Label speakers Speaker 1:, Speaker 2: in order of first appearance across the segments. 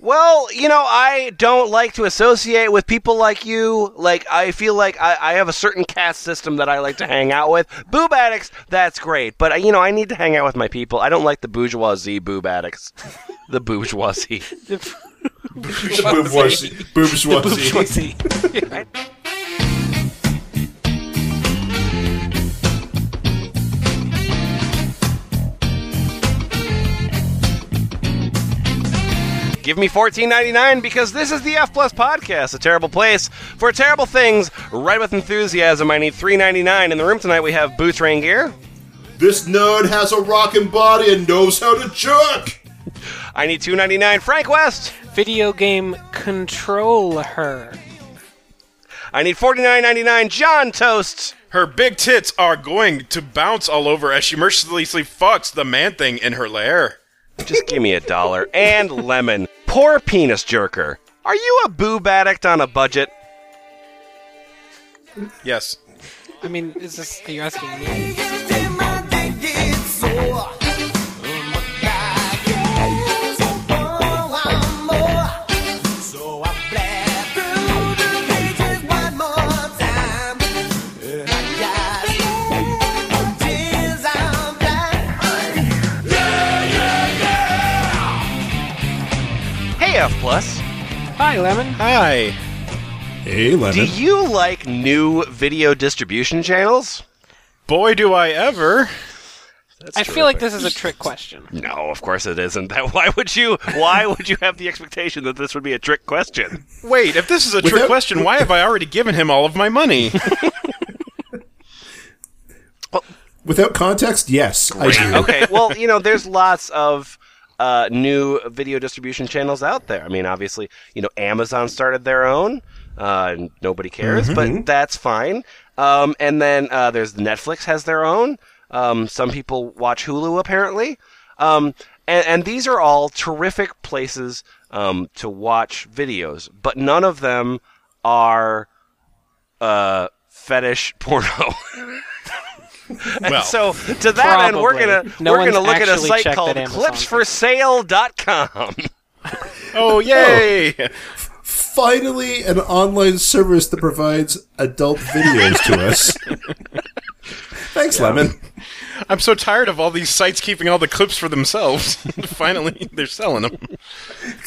Speaker 1: Well, you know, I don't like to associate with people like you. Like, I feel like I, I have a certain caste system that I like to hang out with. Boob addicts, that's great. But, uh, you know, I need to hang out with my people. I don't like the bourgeoisie boob addicts. The bourgeoisie.
Speaker 2: Bourgeoisie. Bourgeoisie.
Speaker 1: Give me fourteen ninety nine because this is the F Plus Podcast, a terrible place for terrible things. Right with enthusiasm, I need three ninety nine. In the room tonight, we have Boots Rain Gear.
Speaker 2: This nerd has a rockin' body and knows how to jerk.
Speaker 1: I need two ninety nine. Frank West.
Speaker 3: Video game control her.
Speaker 1: I need forty nine ninety nine. John Toast.
Speaker 4: Her big tits are going to bounce all over as she mercilessly fucks the man thing in her lair.
Speaker 1: Just give me a dollar and lemon. Poor penis jerker. Are you a boob addict on a budget?
Speaker 4: Yes.
Speaker 3: I mean, is this? Are you asking me?
Speaker 1: Hey, F Plus.
Speaker 3: Hi, Lemon.
Speaker 4: Hi.
Speaker 2: Hey,
Speaker 1: Do
Speaker 2: Lemon.
Speaker 1: you like new video distribution channels?
Speaker 4: Boy, do I ever.
Speaker 1: That's
Speaker 3: I feel like this is a trick question.
Speaker 1: No, of course it isn't. That why would you? Why would you have the expectation that this would be a trick question?
Speaker 4: Wait, if this is a trick
Speaker 2: Without-
Speaker 4: question, why have I already given him all of my money?
Speaker 2: Without context, yes, I do.
Speaker 1: okay, well, you know, there's lots of uh, new video distribution channels out there. I mean, obviously, you know, Amazon started their own, uh, and nobody cares, but that's fine. Um, and then uh, there's Netflix has their own. Um, some people watch Hulu apparently, um, and, and these are all terrific places um, to watch videos, but none of them are uh, fetish porno. And
Speaker 4: Well,
Speaker 1: so to that end, we're
Speaker 3: Probably.
Speaker 1: gonna
Speaker 3: No
Speaker 1: we're gonna
Speaker 3: one's
Speaker 1: look at a
Speaker 3: actually
Speaker 1: site
Speaker 3: checked
Speaker 1: called
Speaker 3: that Amazon
Speaker 1: clipsforsale.com.
Speaker 4: oh, yay.
Speaker 2: Finally, an online service that provides adult videos to us. Thanks, Lemon.
Speaker 4: I'm so tired of all these sites keeping all the clips for themselves. Finally, they're selling them.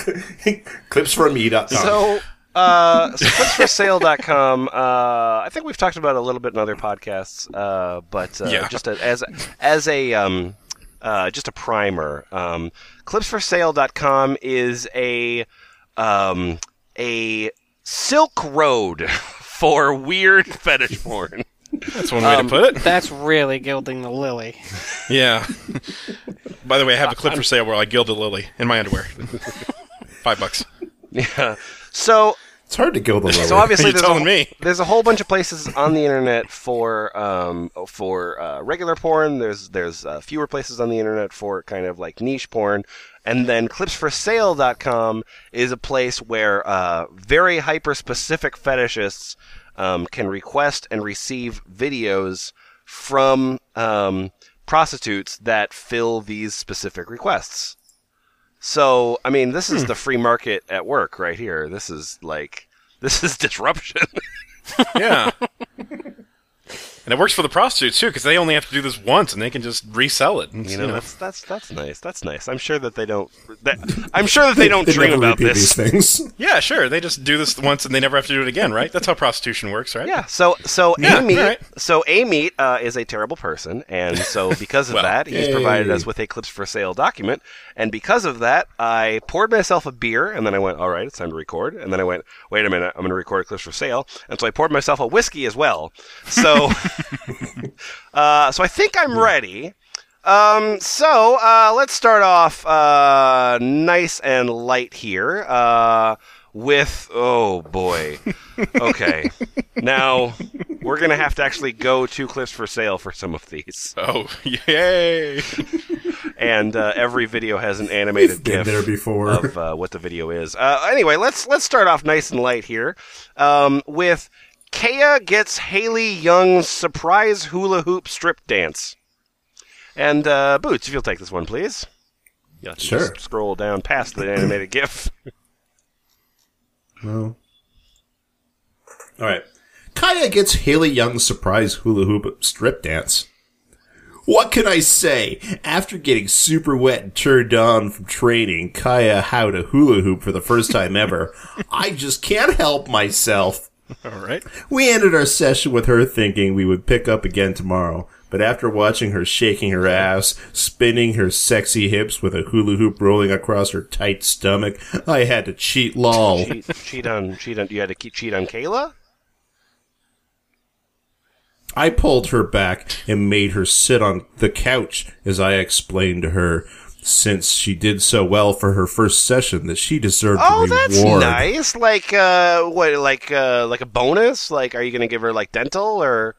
Speaker 2: Clips for me.com.
Speaker 3: Oh.
Speaker 1: So uh, so clipsforsale.com. Uh, I think we've talked about it a little bit in other podcasts, uh, but uh,
Speaker 4: Yeah.
Speaker 1: just a, as as a um, uh, just a primer, um, clipsforsale.com is a um, a Silk Road for weird fetish porn.
Speaker 4: That's one
Speaker 1: Um,
Speaker 4: way to put it.
Speaker 3: That's really gilding the lily.
Speaker 4: Yeah. By the way, I have a clip for sale where I gild a lily in my underwear. Five bucks.
Speaker 1: So
Speaker 2: it's hard to go the
Speaker 1: So
Speaker 2: lower.
Speaker 1: obviously,
Speaker 4: You're
Speaker 1: there's a,
Speaker 4: telling me.
Speaker 1: there's a whole bunch of places on the internet for um, for uh, regular porn. There's there's uh, fewer places on the internet for kind of like niche porn, and then clipsforsale.com is a place where uh, very hyper specific fetishists um, can request and receive videos from um, prostitutes that fill these specific requests. So, I mean, this is the free market at work right here. This is like this is disruption.
Speaker 4: Yeah. and it works for the prostitutes too, because they only have to do this once, and they can just resell it.
Speaker 1: You know, that's that's that's nice. That's nice. I'm sure that they don't. That, I'm sure that they don't dream
Speaker 2: never
Speaker 1: about
Speaker 2: repeat
Speaker 1: this.
Speaker 2: these things.
Speaker 4: yeah, sure. They just do this once, and they never have to do it again, right? That's how prostitution works, right?
Speaker 1: Yeah. So so
Speaker 4: Yeah,
Speaker 1: Amy
Speaker 4: alright.
Speaker 1: so Amy uh, is a terrible person, and so because of
Speaker 4: Well,
Speaker 1: that, he's
Speaker 2: yay.
Speaker 1: provided us with a clips for sale document, and because of that, I poured myself a beer, and then I went, all right, it's time to record, and then I went, wait a minute, I'm going to record clips for sale, and so I poured myself a whiskey as well. So uh, so I think I'm ready. Um, so uh, let's start off uh, nice and light here uh, with oh boy. Okay, now we're gonna have to actually go to clips for sale for some of these,
Speaker 4: Oh, yay!
Speaker 1: and uh, every video has an
Speaker 2: We've
Speaker 1: animated
Speaker 2: been
Speaker 1: gif
Speaker 2: there before.
Speaker 1: of uh, what the video is. Uh, anyway, let's let's start off nice and light here um, with Kea gets Haley Young's surprise hula hoop strip dance. And uh, Boots, if you'll take this one, please. Yeah,
Speaker 2: Sure.
Speaker 1: Just scroll down past the animated GIF.
Speaker 2: No. All right. Kaya gets Haley Young's surprise hula hoop strip dance. What can I say? After getting super wet and turned on from training Kaya how to hula hoop for the first time ever, I just can't help myself.
Speaker 4: All right.
Speaker 2: We ended our session with her thinking we would pick up again tomorrow, but after watching her shaking her ass, spinning her sexy hips with a hula hoop rolling across her tight stomach, I had to cheat lol.
Speaker 1: Cheat, cheat on, cheat on. You had to keep cheat on Kayla.
Speaker 2: I pulled her back and made her sit on the couch as I explained to her since she did so well for her first session that she deserved a
Speaker 1: Oh,
Speaker 2: reward.
Speaker 1: that's nice. Like, uh, what? Like, uh, like a bonus? Like, are you gonna give her like dental or?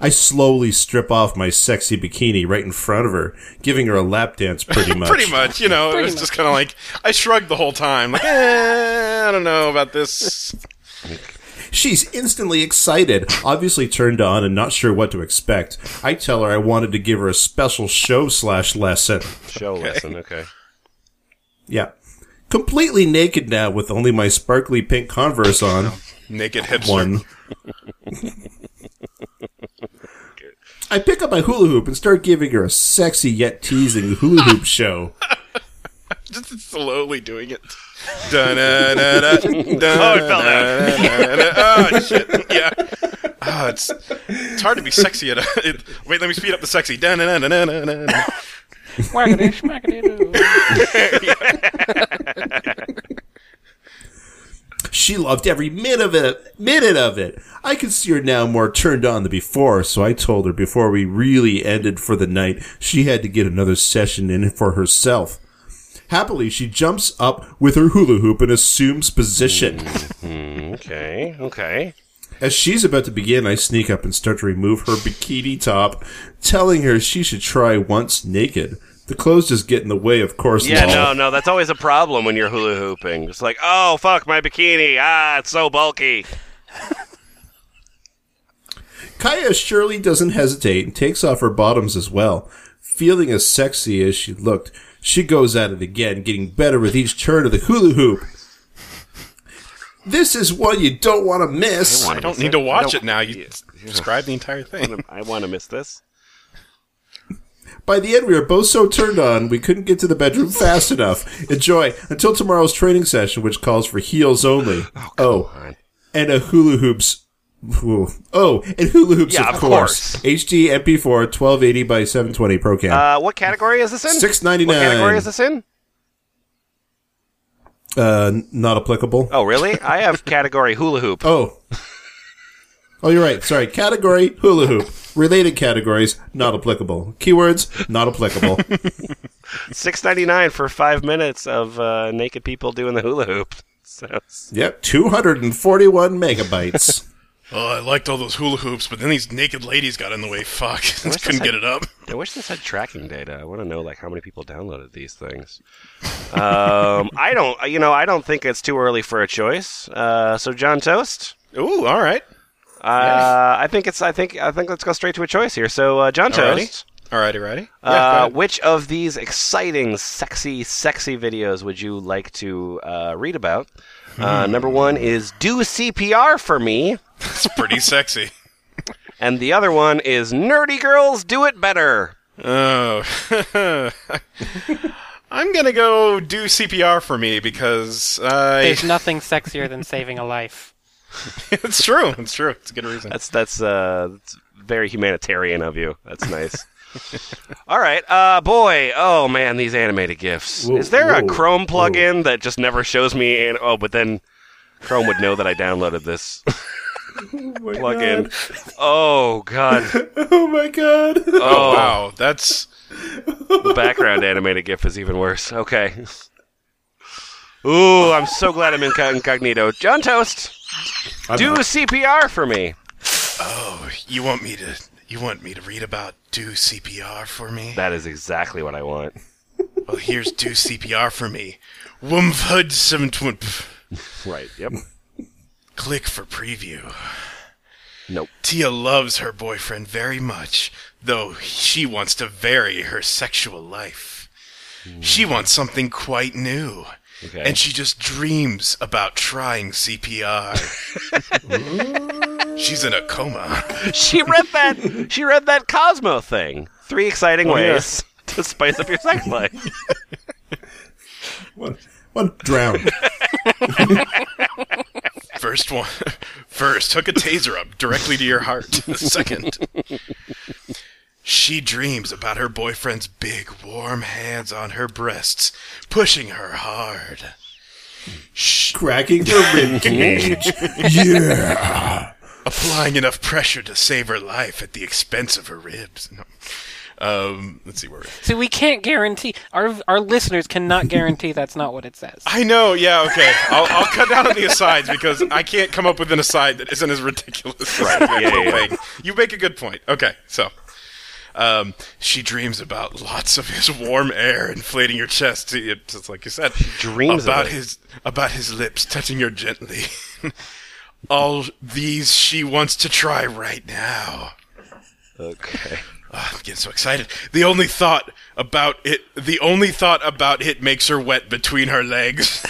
Speaker 2: I slowly strip off my sexy bikini right in front of her, giving her a lap dance pretty much.
Speaker 4: Pretty much, you know, it
Speaker 3: Pretty
Speaker 4: was
Speaker 3: much.
Speaker 4: just kind of like I shrugged the whole time, like eh, I don't know about this.
Speaker 2: She's instantly excited, obviously turned on and not sure what to expect. I tell her I wanted to give her a special show slash lesson.
Speaker 1: Show lesson, okay.
Speaker 2: Yeah. Completely naked now with only my sparkly pink Converse on.
Speaker 1: Oh,
Speaker 4: Naked hipster.
Speaker 2: one. I pick up my hula hoop and start giving her a sexy yet teasing hula hoop show.
Speaker 4: Just slowly doing it. Da-na-na-na, da-na-na-na-na. Oh, shit. Yeah. Oh, it's, it's hard to be sexy at a. It, wait, let me speed up the sexy. Da-na-na-na-na-na.
Speaker 3: Wackadoo, schmackadoo.
Speaker 2: She loved every minute of it. Minute of it. I could see her now more turned on than before, so I told her before we really ended for the night, she had to get another session in for herself. Happily, she jumps up with her hula hoop and assumes position.
Speaker 1: Okay, okay.
Speaker 2: As she's about to begin, I sneak up and start to remove her bikini top, telling her she should try once naked. The clothes just get in the way, of course.
Speaker 1: Yeah,
Speaker 2: lol.
Speaker 1: no, no, that's always a problem when you're hula hooping. It's like, oh fuck, my bikini, ah, it's so bulky.
Speaker 2: Kaya surely doesn't hesitate and takes off her bottoms as well. Feeling as sexy as she looked, she goes at it again, getting better with each turn of the hula hoop. This is one you don't want to miss.
Speaker 4: I don't need to watch it now.
Speaker 1: Yeah.
Speaker 4: You describe the entire thing.
Speaker 1: I want to miss this.
Speaker 2: By the end, we were both so turned on we couldn't get to the bedroom fast enough. Enjoy until tomorrow's training session, which calls for heels only. Oh, and a hula hoops. Oh, and hula hoops,
Speaker 1: Yeah,
Speaker 2: of,
Speaker 1: of
Speaker 2: course.
Speaker 1: course.
Speaker 2: HD MP4 1280 by 720 Pro Cam.
Speaker 1: Uh, what category is this in?
Speaker 2: $6.99.
Speaker 1: What category is this in?
Speaker 2: Uh, n- not applicable.
Speaker 1: Oh, really? I have category hula hoop.
Speaker 2: Oh. Oh, you're right. Sorry. Category hula hoop. Related categories not applicable. Keywords not applicable.
Speaker 1: Six ninety nine for five minutes of uh, naked people doing the hula hoop. Sounds
Speaker 2: yep. 241 megabytes.
Speaker 4: Oh, I liked all those hula hoops, but then these naked ladies got in the way. Fuck.
Speaker 1: Where's
Speaker 4: couldn't
Speaker 1: the-
Speaker 4: get it up.
Speaker 1: I wish this had tracking data. I want to know like how many people downloaded these things. Um, I don't. You know, I don't think it's too early for a choice. Uh, so John Toast.
Speaker 4: Ooh, all right.
Speaker 1: Uh, I think it's. I think. I think. Let's go straight to a choice here. So uh, John
Speaker 4: Alrighty.
Speaker 1: Toast.
Speaker 4: Alrighty, righty.
Speaker 1: Uh, which of these exciting, sexy, sexy videos would you like to uh, read about? Uh, number one is do CPR for me,
Speaker 4: It's pretty sexy.
Speaker 1: and the other one is nerdy girls do it better.
Speaker 4: Oh. I'm going to go do CPR for me because I.
Speaker 3: There's nothing sexier than saving a life.
Speaker 4: it's true. It's true. It's a good reason.
Speaker 1: That's that's uh, that's very humanitarian of you. That's nice. All right, uh, boy. Oh man, these animated gifs.
Speaker 2: Whoa,
Speaker 1: is there
Speaker 2: whoa,
Speaker 1: a Chrome plugin that just never shows me? An- oh, but then Chrome would know that I downloaded this plugin. Oh god.
Speaker 2: Oh my god.
Speaker 1: Oh,
Speaker 4: wow. That's.
Speaker 1: the background animated GIF is even worse. Okay. Ooh, I'm so glad I'm inco- incognito. John Toast, do CPR for me.
Speaker 4: You want me to you want me to read about do CPR for me?
Speaker 1: That is exactly what I want.
Speaker 4: Well, here's do CPR for me. Wumfud seven twimp.
Speaker 1: Right. Yep.
Speaker 4: Click for preview.
Speaker 1: Nope.
Speaker 4: Tia loves her boyfriend very much, though she wants to vary her sexual life. She wants something quite new.
Speaker 1: Okay.
Speaker 4: and she just dreams about trying CPR. She's in a coma.
Speaker 1: she read that she read that Cosmo thing. Three exciting ways to spice up your sex life.
Speaker 2: One, one drowned.
Speaker 4: First one, first hook a taser up directly to your heart. Second, she dreams about her boyfriend's big, warm hands on her breasts, pushing her hard. Sh
Speaker 2: cracking her rib cage. yeah.
Speaker 4: applying enough pressure to save her life at the expense of her ribs. No. Um, let's see where. We're
Speaker 3: See, we can't guarantee our our listeners cannot guarantee that's not what it says.
Speaker 4: I know. Yeah. Okay. I'll, I'll cut down on the asides because I can't come up with an aside that isn't as ridiculous. Right. You make a good point. Okay. So, um, she dreams about lots of his warm air inflating your chest. to- it- Just like you said,
Speaker 1: dreams of
Speaker 4: about
Speaker 1: it.
Speaker 4: his about his lips touching her gently. All these she wants to try right now.
Speaker 1: Okay.
Speaker 4: Ah, I'm getting so excited. The only thought about it, the only thought about it makes her wet between her legs.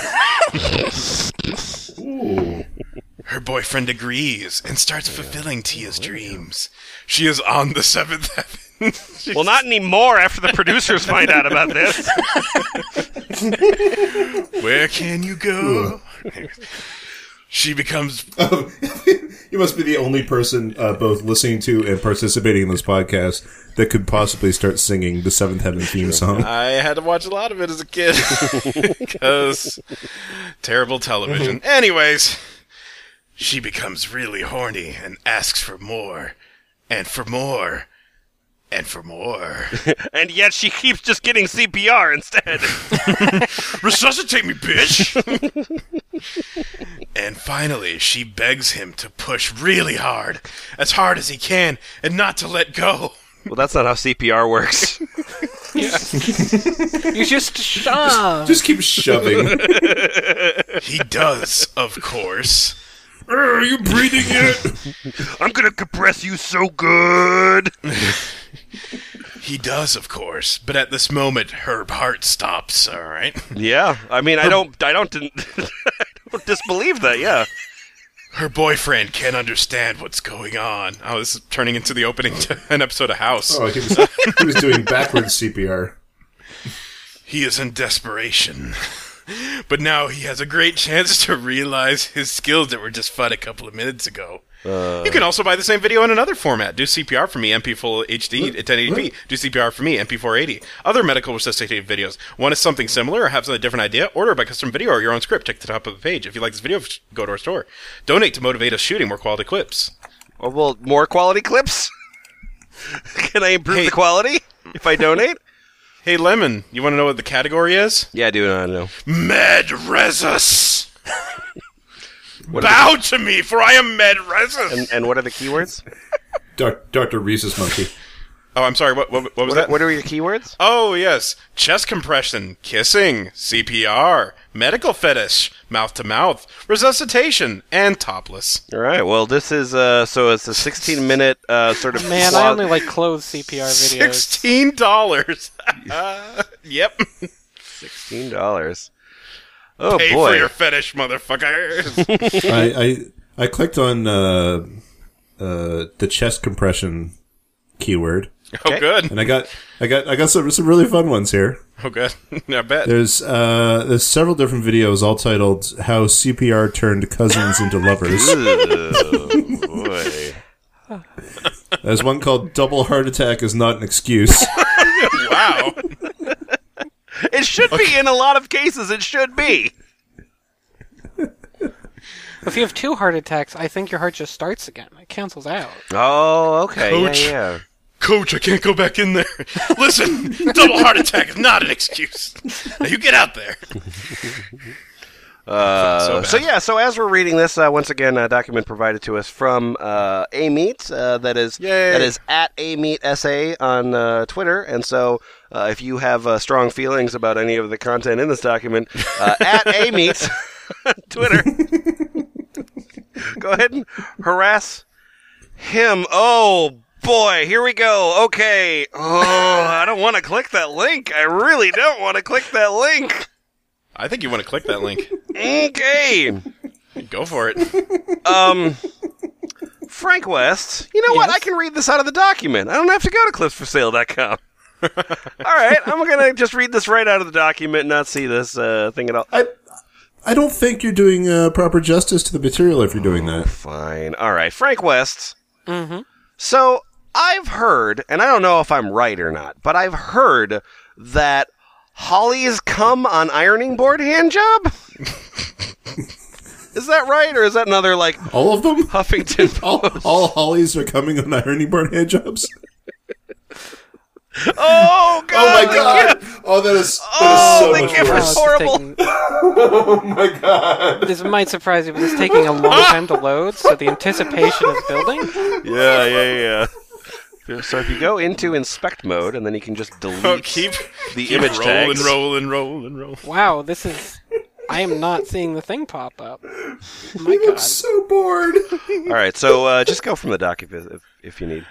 Speaker 4: Her boyfriend agrees and starts fulfilling Tia's dreams. She is on the seventh heaven. She-
Speaker 1: Well, not anymore after the producers find out about this.
Speaker 4: Where can you go? Anyways. she becomes
Speaker 2: you must be the only person uh, both listening to and participating in this podcast that could possibly start singing the Seventh Heaven theme song.
Speaker 4: I had to watch a lot of it as a kid because terrible television. Anyways, she becomes really horny and asks for more, and for more, and for more.
Speaker 1: And yet she keeps just getting CPR instead.
Speaker 4: Resuscitate me, bitch! and finally, she begs him to push really hard, as hard as he can, and not to let go.
Speaker 1: Well, that's not how CPR works.
Speaker 3: You just shove.
Speaker 2: Just keep shoving.
Speaker 4: He does, of course.
Speaker 2: Are you breathing yet?
Speaker 1: I'm gonna compress you so good.
Speaker 4: He does, of course, but at this moment, her heart stops, alright?
Speaker 1: Yeah, I mean, I don't, I don't, I don't disbelieve that. Yeah,
Speaker 4: Her boyfriend can't understand what's going on. Oh, this is turning into the opening to an episode of House.
Speaker 2: Oh, he was, he was doing backwards CPR.
Speaker 4: He is in desperation. But now he has a great chance to realize his skills that were just fun a couple of minutes ago. you can also buy the same video in another format. Do CPR for me, MP Full HD at 1080p. Do CPR for me, MP480. Other medical resuscitative videos. Want something similar or have a different idea? Order by custom video or your own script. Check the top of the page. If you like this video, go to our store. Donate to motivate us shooting more quality clips.
Speaker 1: or Oh, well, more quality clips. Can I improve
Speaker 4: Hey.
Speaker 1: the quality if I donate?
Speaker 4: Hey, Lemon, you want to know what the category is?
Speaker 1: yeah, I do not know.
Speaker 4: Med Resus!
Speaker 1: are
Speaker 4: Bow to me, for I am Med Resus!
Speaker 1: And, and what are the keywords?
Speaker 2: Doc, Dr. Reese's monkey.
Speaker 4: oh, I'm sorry, what, what, what
Speaker 1: What,
Speaker 4: was that?
Speaker 1: what are your keywords?
Speaker 4: oh, yes. Chest compression, kissing, CPR, medical fetish, mouth to mouth, resuscitation, and topless.
Speaker 1: All right. Well, this is uh, so it's a 16 minute uh, sort of
Speaker 3: Man,
Speaker 1: slog-
Speaker 3: I only like closed CPR videos.
Speaker 4: $16. yep.
Speaker 1: Oh, sixteen dollars. Oh
Speaker 4: Pay
Speaker 1: boy.
Speaker 4: for your fetish, motherfuckers.
Speaker 2: I, I, I clicked on uh, uh, the chest compression keyword,
Speaker 4: Oh, good.
Speaker 2: and I got I got I got some some really fun ones here.
Speaker 4: Oh, good. I bet.
Speaker 2: There's uh, there's several different videos all titled "How CPR Turned Cousins into Lovers."
Speaker 1: Ooh, Oh, boy.
Speaker 2: There's one called "Double Heart Attack is Not an Excuse."
Speaker 4: Wow.
Speaker 1: It should be in a lot of cases. It should be.
Speaker 3: If you have two heart attacks, I think your heart just starts again. It cancels out.
Speaker 1: Oh, okay.
Speaker 4: Coach.
Speaker 1: Yeah, yeah.
Speaker 4: Coach, I can't go back in there. Listen, double heart attack is not an excuse. Now you get out there.
Speaker 1: Uh,
Speaker 4: bad.
Speaker 1: so yeah, so as we're reading this, uh, once again, a document provided to us from uh, Ameet, uh, that is
Speaker 4: Yay.
Speaker 1: that is at AmeetSA on uh, Twitter, and so uh, if you have uh, strong feelings about any of the content in this document, uh, at Ameet on Twitter, go ahead and harass him. Oh boy, here we go. Okay. Oh, I don't want to click that link. I really don't want to click that link.
Speaker 4: I think you want to click that link.
Speaker 1: Okay.
Speaker 4: Go for it.
Speaker 1: Um, Frank West, you know what? I can read this out of the document. I don't have to go to clipsforsale.com. all right, I'm going to just read this right out of the document and not see this uh, thing at all.
Speaker 2: I I don't think you're doing uh, proper justice to the material if you're doing that.
Speaker 1: Fine. All right, Frank West.
Speaker 3: Mm-hmm.
Speaker 1: So I've heard, and I don't know if I'm right or not, but I've heard that Holly's come on ironing board hand job. is that right, or is that another like
Speaker 2: All of them?
Speaker 1: Huffington Post?
Speaker 2: All, all Hollies are coming on irony burn handjobs.
Speaker 1: Oh
Speaker 2: Oh
Speaker 1: god!
Speaker 2: my god! Oh, that is,
Speaker 1: Oh,
Speaker 2: that
Speaker 1: the
Speaker 2: is so much
Speaker 1: gift
Speaker 2: worse.
Speaker 1: was horrible.
Speaker 2: Oh my god!
Speaker 3: this might surprise you, but it's taking a long time to load, so the anticipation is building.
Speaker 1: Yeah, yeah, yeah. So if you go into inspect mode, and then you can just delete
Speaker 4: Oh, keep
Speaker 1: the
Speaker 4: keep
Speaker 1: image
Speaker 4: rolling,
Speaker 1: tags.
Speaker 4: rolling, rolling, rolling.
Speaker 3: Wow, this is. I am not seeing the thing pop up. Oh My
Speaker 2: I'm
Speaker 3: God.
Speaker 2: so bored.
Speaker 1: All right, so uh, just go from the doc if, if, if you need.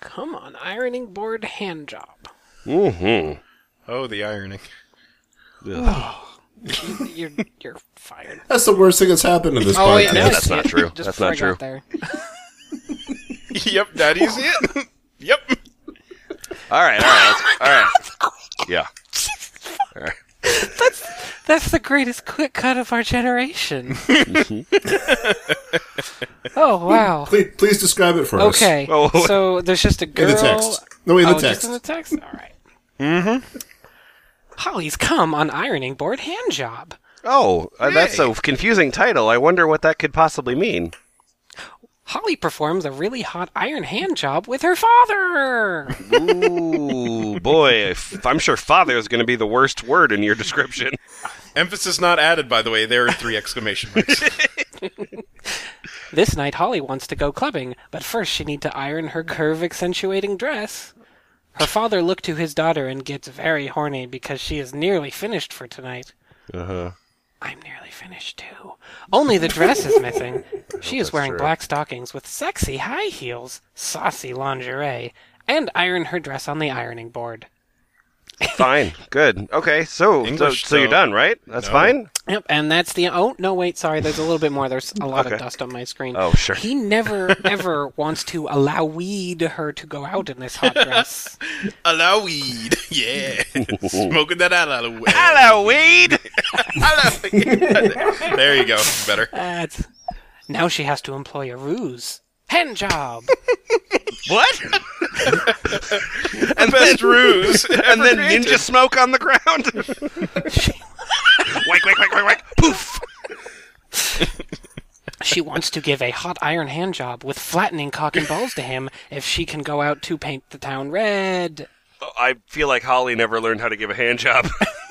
Speaker 3: Come on, ironing board hand job.
Speaker 1: Mm-hmm.
Speaker 4: Oh, the irony.
Speaker 3: You're you're fired.
Speaker 2: That's the worst thing that's happened in this
Speaker 3: Oh,
Speaker 2: podcast.
Speaker 3: wait, now I
Speaker 1: that's
Speaker 3: see
Speaker 1: not
Speaker 3: it.
Speaker 1: true.
Speaker 3: Just
Speaker 1: That's
Speaker 3: before
Speaker 1: not true.
Speaker 3: I got There.
Speaker 4: yep, that is it. yep.
Speaker 1: All right, all
Speaker 4: Oh
Speaker 1: right, all right. Yeah. All right.
Speaker 3: That's the greatest quick cut of our generation.
Speaker 1: Mm-hmm.
Speaker 3: oh wow.
Speaker 2: Please, please describe it for us.
Speaker 3: Okay.
Speaker 1: Oh, wait.
Speaker 3: so there's just a
Speaker 2: In
Speaker 3: girl.
Speaker 2: the text. No, in
Speaker 3: oh,
Speaker 2: the
Speaker 3: just
Speaker 2: text.
Speaker 3: in the text. All right. Mm-hmm. Holly's come on ironing board hand job.
Speaker 1: Oh, uh, that's a confusing title. I wonder what that could possibly mean.
Speaker 3: Holly performs a really hot iron hand job with her father.
Speaker 1: Ooh, boy. If, I'm sure father is going to be the worst word in your description.
Speaker 4: Emphasis not added, by the way. There are three exclamation marks.
Speaker 3: this night, Holly wants to go clubbing, but first she need to iron her curve accentuating dress. Her father looked to his daughter and gets very horny because she is nearly finished for tonight.
Speaker 1: Uh huh.
Speaker 3: I'm nearly finished too. Only the dress is missing. She is wearing black stockings with sexy high heels, saucy lingerie, and iron her dress on the ironing board.
Speaker 1: Fine. Good. Okay. So, so,
Speaker 4: English,
Speaker 1: so you're
Speaker 4: though.
Speaker 1: done, right? That's
Speaker 4: No.
Speaker 1: fine.
Speaker 3: Yep, and that's the oh no wait sorry there's a little bit more there's a lot of
Speaker 1: Okay.
Speaker 3: dust on my screen.
Speaker 1: Oh, sure.
Speaker 3: He never ever wants to allow weed her to go out in this hot dress.
Speaker 4: Allow weed. Yeah. Smoking that out of the way.
Speaker 1: Hello, weed.
Speaker 4: There you go. Better.
Speaker 3: That's now she has to employ a ruse. Hand job.
Speaker 1: What?
Speaker 4: And best ruse.
Speaker 1: and then ninja smoke on the ground. wake, wake, wake, wake, wake. Poof.
Speaker 3: She wants to give a hot iron hand job with flattening cock and balls to him if she can go out to paint the town red.
Speaker 1: I feel like Holly never learned how to give a hand job.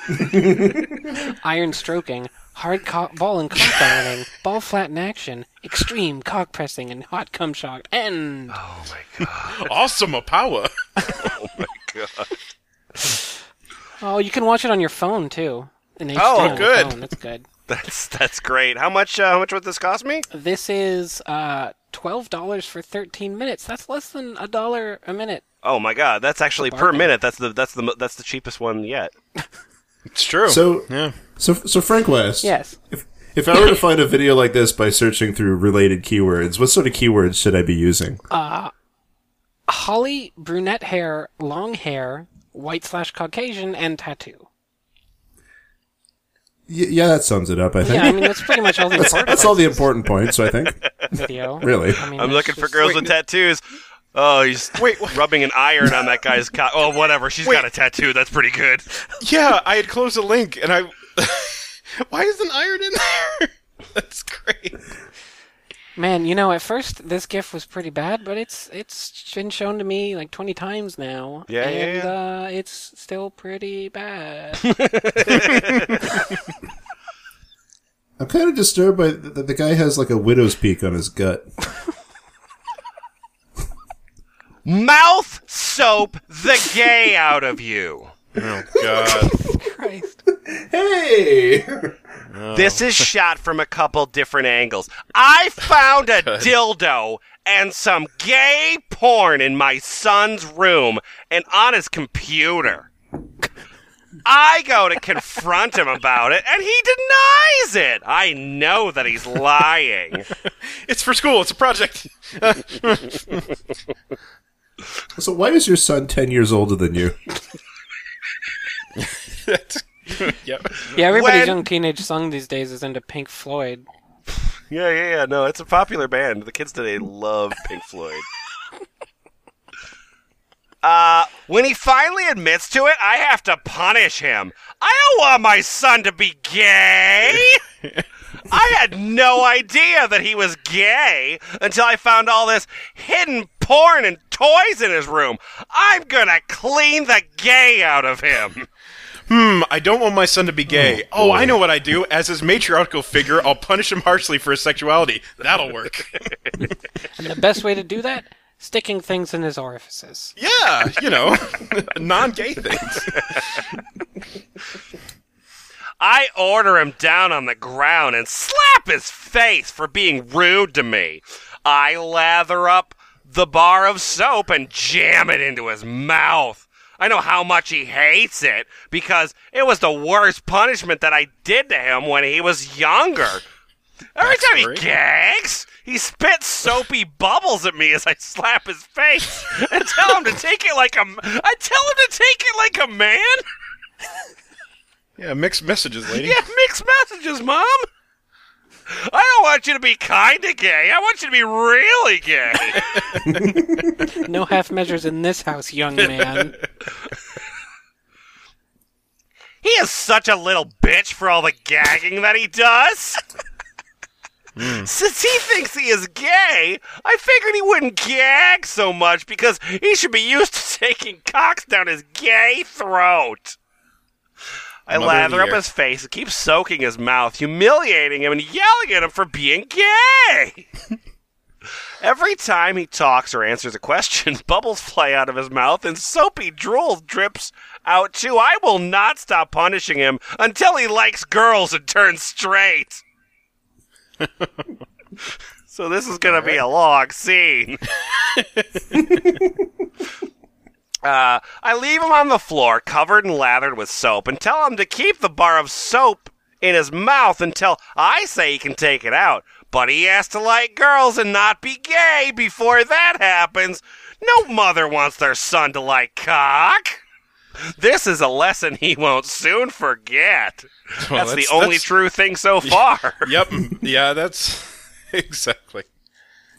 Speaker 3: Iron stroking, hard cock, ball and cock ironing, ball flatten action, extreme cock pressing, and hot cum shock. End.
Speaker 4: Awesome a power.
Speaker 3: Oh, you can watch it on your phone too. In HD
Speaker 1: Oh,
Speaker 3: on your
Speaker 4: good.
Speaker 3: phone. That's good.
Speaker 1: that's that's great. How much? Uh, how much would this cost me?
Speaker 3: This is uh, twelve dollars for thirteen minutes. That's less than a dollar a minute.
Speaker 1: Oh my god, that's actually per minute. That's the that's the mo- that's the cheapest one yet.
Speaker 4: It's true.
Speaker 2: So,
Speaker 4: yeah.
Speaker 2: so, so Frank West.
Speaker 3: Yes.
Speaker 2: If, if I were to find a video like this by searching through related keywords, what sort of keywords should I be using?
Speaker 3: Uh, Holly, brunette hair, long hair, white slash Caucasian, and tattoo.
Speaker 2: Y- yeah, that sums it up. I think
Speaker 3: Yeah, I mean that's pretty much all the
Speaker 2: that's,
Speaker 3: important
Speaker 2: that's all the important points. I think
Speaker 3: video.
Speaker 2: really.
Speaker 3: I mean,
Speaker 1: I'm
Speaker 3: that's
Speaker 1: looking for
Speaker 3: just-
Speaker 1: girls with tattoos. Oh, he's wait, rubbing an iron on that guy's cock. Oh, whatever. She's got a tattoo. That's pretty good.
Speaker 4: Yeah, I had closed the link and I. Why is an iron in there? That's great.
Speaker 3: Man, you know, at first this GIF was pretty bad, but it's it's been shown to me like 20 times now.
Speaker 1: Yeah, yeah,
Speaker 3: and,
Speaker 1: yeah.
Speaker 3: Uh, it's still pretty bad.
Speaker 2: I'm kind of disturbed by th- that the guy has like a widow's peak on his gut.
Speaker 1: Mouth soap the gay out of you.
Speaker 4: Oh, God.
Speaker 3: Christ.
Speaker 2: Hey,
Speaker 1: This is shot from a couple different angles. I found a dildo and some gay porn in my son's room and on his computer. I go to confront him about it, and he denies it. I know that he's lying.
Speaker 4: it's for school. It's a project.
Speaker 2: so why is your son ten years older than you?
Speaker 4: yep.
Speaker 3: Yeah, everybody's
Speaker 1: When-
Speaker 3: young teenage song these days is into Pink Floyd.
Speaker 1: yeah, yeah, yeah. No, it's a popular band. The kids today love Pink Floyd. Uh, when he finally admits to it, I have to punish him. I don't want my son to be gay. I had no idea that he was gay until I found all this hidden porn and toys in his room. I'm gonna clean the gay out of him.
Speaker 4: Hmm, I don't want my son to be gay. Oh, I know what I do. As his matriarchal figure, I'll punish him harshly for his sexuality. That'll work.
Speaker 3: And the best way to do that? Sticking things in his orifices.
Speaker 4: yeah, you know, non-gay things.
Speaker 1: I order him down on the ground and slap his face for being rude to me. I lather up the bar of soap and jam it into his mouth. I know how much he hates it because it was the worst punishment that I did to him when he was younger. Every time he
Speaker 4: Backstory.
Speaker 1: gags, he spits soapy bubbles at me as I slap his face and tell him to take it like a m- I tell him to take it like a man.
Speaker 4: Yeah, mixed messages, lady.
Speaker 1: Yeah, mixed messages, Mom. I don't want you to be kind of gay. I want you to be really gay.
Speaker 3: No half measures in this house, young man.
Speaker 1: he is such a little bitch for all the gagging that he does. Since he thinks he is gay, I figured he wouldn't gag so much because he should be used to taking cocks down his gay throat. I
Speaker 4: Mother of the
Speaker 1: lather up
Speaker 4: year.
Speaker 1: his face and keep soaking his mouth, humiliating him and yelling at him for being gay. Every time he talks or answers a question, bubbles fly out of his mouth and soapy drool drips out too. I will not stop punishing him until he likes girls and turns straight. so this is going to be a long scene. Uh, I leave him on the floor, covered and lathered with soap, and tell him to keep the bar of soap in his mouth until I say he can take it out. But he has to like girls and not be gay before that happens. No mother wants their son to like cock. This is a lesson he won't soon forget.
Speaker 4: Well,
Speaker 1: that's, the only
Speaker 4: that's-
Speaker 1: true thing so far.
Speaker 4: Yep. Yeah, that's exactly.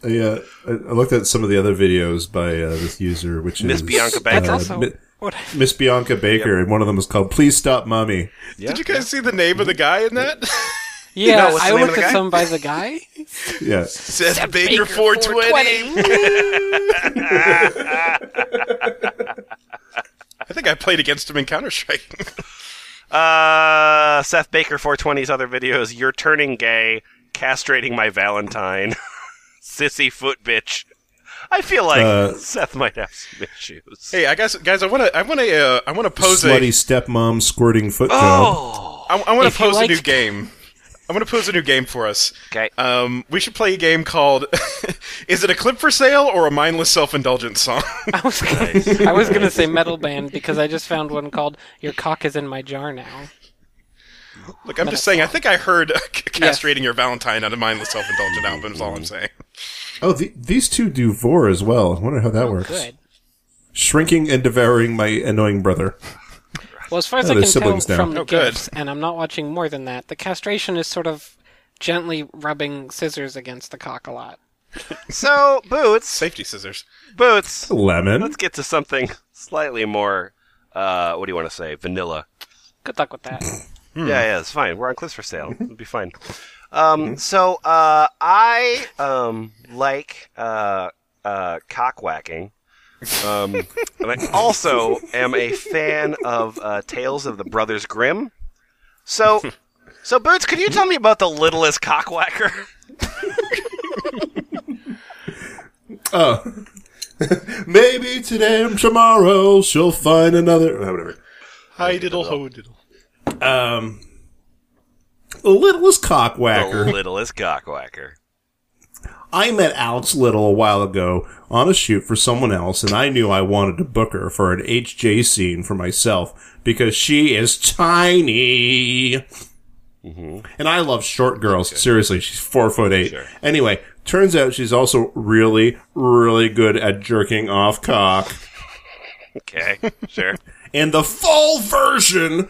Speaker 2: I, uh, I I looked at some of the other videos by uh, this user, which
Speaker 1: Miss
Speaker 2: is
Speaker 1: Bianca Baker.
Speaker 3: That's
Speaker 2: uh,
Speaker 3: also
Speaker 2: Mi-
Speaker 3: what
Speaker 2: Miss Bianca Baker, and one of them was called "Please Stop, Mommy."
Speaker 4: Did you guys see the name of the guy in that?
Speaker 3: Yeah,
Speaker 1: what's the
Speaker 3: I
Speaker 1: name of
Speaker 3: looked
Speaker 1: the
Speaker 3: at
Speaker 1: guy?
Speaker 3: some by the guy.
Speaker 2: Yeah,
Speaker 4: Seth, Baker, 420. I think I played against him in Counter Strike.
Speaker 1: Uh, Seth Baker 420's other videos. You're turning gay, castrating my Valentine, sissy foot bitch. I feel like
Speaker 2: Uh,
Speaker 1: Seth might have some issues.
Speaker 4: hey, I guess guys, I want to, I want to, uh, I want to pose
Speaker 2: slutty
Speaker 4: a,
Speaker 2: stepmom squirting foot job.
Speaker 1: oh,
Speaker 4: I, I want
Speaker 3: If
Speaker 4: to
Speaker 3: you
Speaker 4: pose a
Speaker 3: like-
Speaker 4: new game. I want to pose a new game for us.
Speaker 1: okay.
Speaker 4: Um, we should play a game called Is it a clip for sale or a mindless self indulgent song?
Speaker 3: I was gonna, I was gonna say metal band because I just found one called "Your Cock Is in My Jar Now."
Speaker 4: Look, I'm just saying, I think I heard Castrating Your Valentine on a mindless self indulgent album, is all I'm saying.
Speaker 2: Oh, the, these two do vor as well. I wonder how that works.
Speaker 3: Oh, Good.
Speaker 2: Shrinking and devouring my annoying brother.
Speaker 3: Well, as far as
Speaker 2: Oh,
Speaker 3: I
Speaker 2: they're
Speaker 3: can tell
Speaker 2: siblings now.
Speaker 3: from the
Speaker 4: Oh, good.
Speaker 3: gifts, and I'm not watching more than that, the castration is sort of gently rubbing scissors against the cock a lot.
Speaker 1: So boots,
Speaker 4: Safety scissors.
Speaker 1: boots.
Speaker 2: Lemon.
Speaker 1: Let's get to something slightly more. Uh, what do you want to say? Vanilla.
Speaker 3: Good luck with that.
Speaker 1: Yeah, yeah, it's fine. We're on clips for sale. It'll be fine. Um, so uh, I um, like uh, uh, cock whacking. Um, and I also am a fan of uh, Tales of the Brothers Grimm. So, so Boots, could you tell me about the littlest cockwhacker?
Speaker 2: Oh. Maybe today and tomorrow she'll find another. Oh, whatever.
Speaker 4: Hi diddle ho diddle.
Speaker 2: Um, the littlest
Speaker 1: the
Speaker 2: cockwhacker.
Speaker 1: littlest cockwhacker.
Speaker 2: I met Alex Little a while ago on a shoot for someone else, and I knew I wanted to book her for an HJ scene for myself because she is tiny. Mm-hmm. And I love short girls. Seriously, she's four foot eight.
Speaker 4: Sure.
Speaker 2: Anyway, turns out she's also really, really good at jerking off cock.
Speaker 1: Okay, sure.
Speaker 2: In the full version,